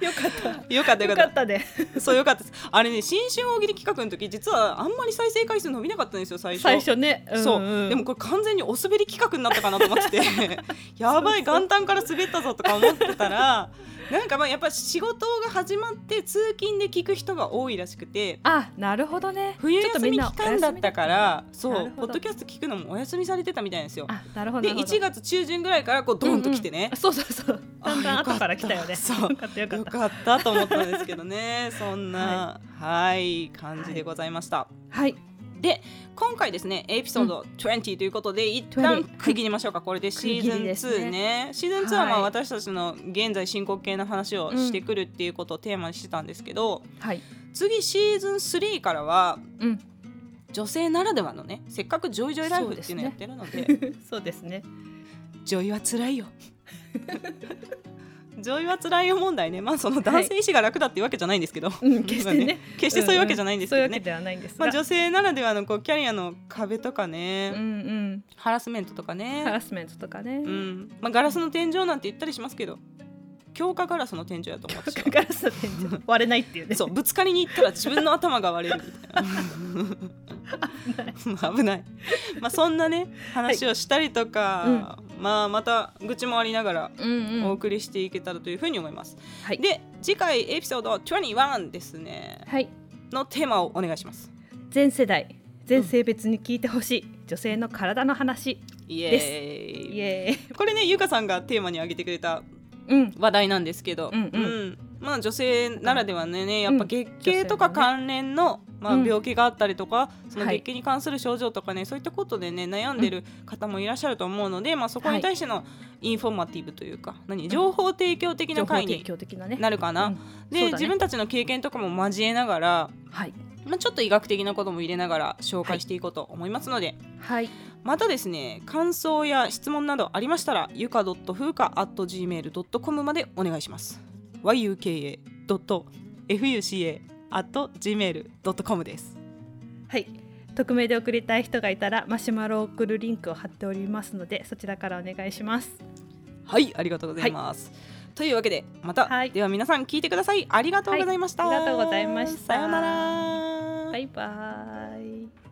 [SPEAKER 1] よかっ
[SPEAKER 2] よかった
[SPEAKER 1] た
[SPEAKER 2] よか
[SPEAKER 1] よか
[SPEAKER 2] った
[SPEAKER 1] ったね
[SPEAKER 2] そうよかったですあれね新春大喜利企画の時実はあんまり再生回数伸びなかったんですよ最初
[SPEAKER 1] 最初ね
[SPEAKER 2] そう、
[SPEAKER 1] んん
[SPEAKER 2] でもこれ完全にお滑り企画になったかなと思っ ててやばい元旦から滑ったぞとか思ってたらなんかまあやっぱ仕事が始まって通勤で聞く人が多いらしくて
[SPEAKER 1] あなるほどね
[SPEAKER 2] 冬
[SPEAKER 1] ちょっと
[SPEAKER 2] 休
[SPEAKER 1] みん
[SPEAKER 2] み期
[SPEAKER 1] な
[SPEAKER 2] 間だったから
[SPEAKER 1] な
[SPEAKER 2] そ
[SPEAKER 1] る
[SPEAKER 2] う
[SPEAKER 1] ほど
[SPEAKER 2] ポッドキャスト聞くのもお休みされてたみたいなんですよ
[SPEAKER 1] あなるほど
[SPEAKER 2] で
[SPEAKER 1] なるほど
[SPEAKER 2] 1月中旬ぐらいからこうドンと来てね、
[SPEAKER 1] うんうんそうそうそうだんだん
[SPEAKER 2] あよかった
[SPEAKER 1] 後から来たよね
[SPEAKER 2] そう
[SPEAKER 1] よかったよかっ
[SPEAKER 2] よ
[SPEAKER 1] た
[SPEAKER 2] かったと思ったんですけどねそんなはい感じでございました、
[SPEAKER 1] はい
[SPEAKER 2] で今回ですねエピソード20ということで、一
[SPEAKER 1] 20
[SPEAKER 2] 旦区切りましょうかこれでシーズン
[SPEAKER 1] 区切りですね
[SPEAKER 2] 2ねシーズン2はま
[SPEAKER 1] は
[SPEAKER 2] あ
[SPEAKER 1] い
[SPEAKER 2] 私たちの現在進行形の話をしてくるっていうことをテーマにしてたんですけど、
[SPEAKER 1] はい
[SPEAKER 2] 次シーズン3からは
[SPEAKER 1] うん
[SPEAKER 2] 女性ならではのねせっかくジョイジョイライフっていうのやってるので
[SPEAKER 1] そうですね
[SPEAKER 2] ジョイは辛いよ ジョイは辛いよ問題ねまあその男性医師が楽だっていうわけじゃないんですけど、
[SPEAKER 1] うん決してね
[SPEAKER 2] 決してそういうわけじゃないんですけど
[SPEAKER 1] うんうんそういうわけ
[SPEAKER 2] ね、
[SPEAKER 1] ではないんです
[SPEAKER 2] ま
[SPEAKER 1] が、
[SPEAKER 2] あ、女性ならではのこうキャリアの壁とかね、
[SPEAKER 1] うん
[SPEAKER 2] ハラスメントとか
[SPEAKER 1] うんハ
[SPEAKER 2] ね、
[SPEAKER 1] ラスメントとかね、
[SPEAKER 2] うんまあ、ガラスの天井なんて言ったりしますけど強化ガラスの天井だと思う私 は
[SPEAKER 1] ガラスの天井割れないっていうね
[SPEAKER 2] そうぶつかりに行ったら自分の頭が割れるみたいな 危ないまあそんなね話をしたりとか、まあまた愚痴もありながら
[SPEAKER 1] うんうん
[SPEAKER 2] お送りしていけたらというふうに思います、
[SPEAKER 1] はい
[SPEAKER 2] で次回エピソード21ですね
[SPEAKER 1] はい
[SPEAKER 2] のテーマをお願いします
[SPEAKER 1] 全世代全性別に聞いてほしい、女性の体の話
[SPEAKER 2] イエーイ
[SPEAKER 1] イエーイ
[SPEAKER 2] これねゆかさんがテーマに挙げてくれた
[SPEAKER 1] うん
[SPEAKER 2] 話題なんですけど、
[SPEAKER 1] うんうん
[SPEAKER 2] まあ、女性ならではね、やっぱ月経と
[SPEAKER 1] う
[SPEAKER 2] か
[SPEAKER 1] ん
[SPEAKER 2] 関連の、まあ、
[SPEAKER 1] うん
[SPEAKER 2] 病気があったりとか、その
[SPEAKER 1] はい
[SPEAKER 2] 月経に関する症状とかね、そういったことでね悩んでる方もいらっしゃると思うので、まあ、そこに対してのインフォマティブというか何情報提供的な
[SPEAKER 1] 情報
[SPEAKER 2] 会
[SPEAKER 1] 提
[SPEAKER 2] に
[SPEAKER 1] 供的なね
[SPEAKER 2] なるかな。
[SPEAKER 1] うん
[SPEAKER 2] で、
[SPEAKER 1] そうだね
[SPEAKER 2] 自分たちの経験とかも交えながら、
[SPEAKER 1] はい
[SPEAKER 2] まあ、ちょっと医学的なことも入れながら紹介していこうと思いますので、
[SPEAKER 1] はい
[SPEAKER 2] またですね感想や質問などありましたらゆか .fuka.gmail.com までお願いします yuka.fuca.gmail.com です
[SPEAKER 1] はい匿名で送りたい人がいたらマシュマロを送るリンクを貼っておりますのでそちらからお願いします
[SPEAKER 2] はいありがとうございます、というわけでまた、
[SPEAKER 1] はい
[SPEAKER 2] では皆さん聞いてくださいありがとうございました、
[SPEAKER 1] はいありがとうございました
[SPEAKER 2] さようなら
[SPEAKER 1] バイバーイ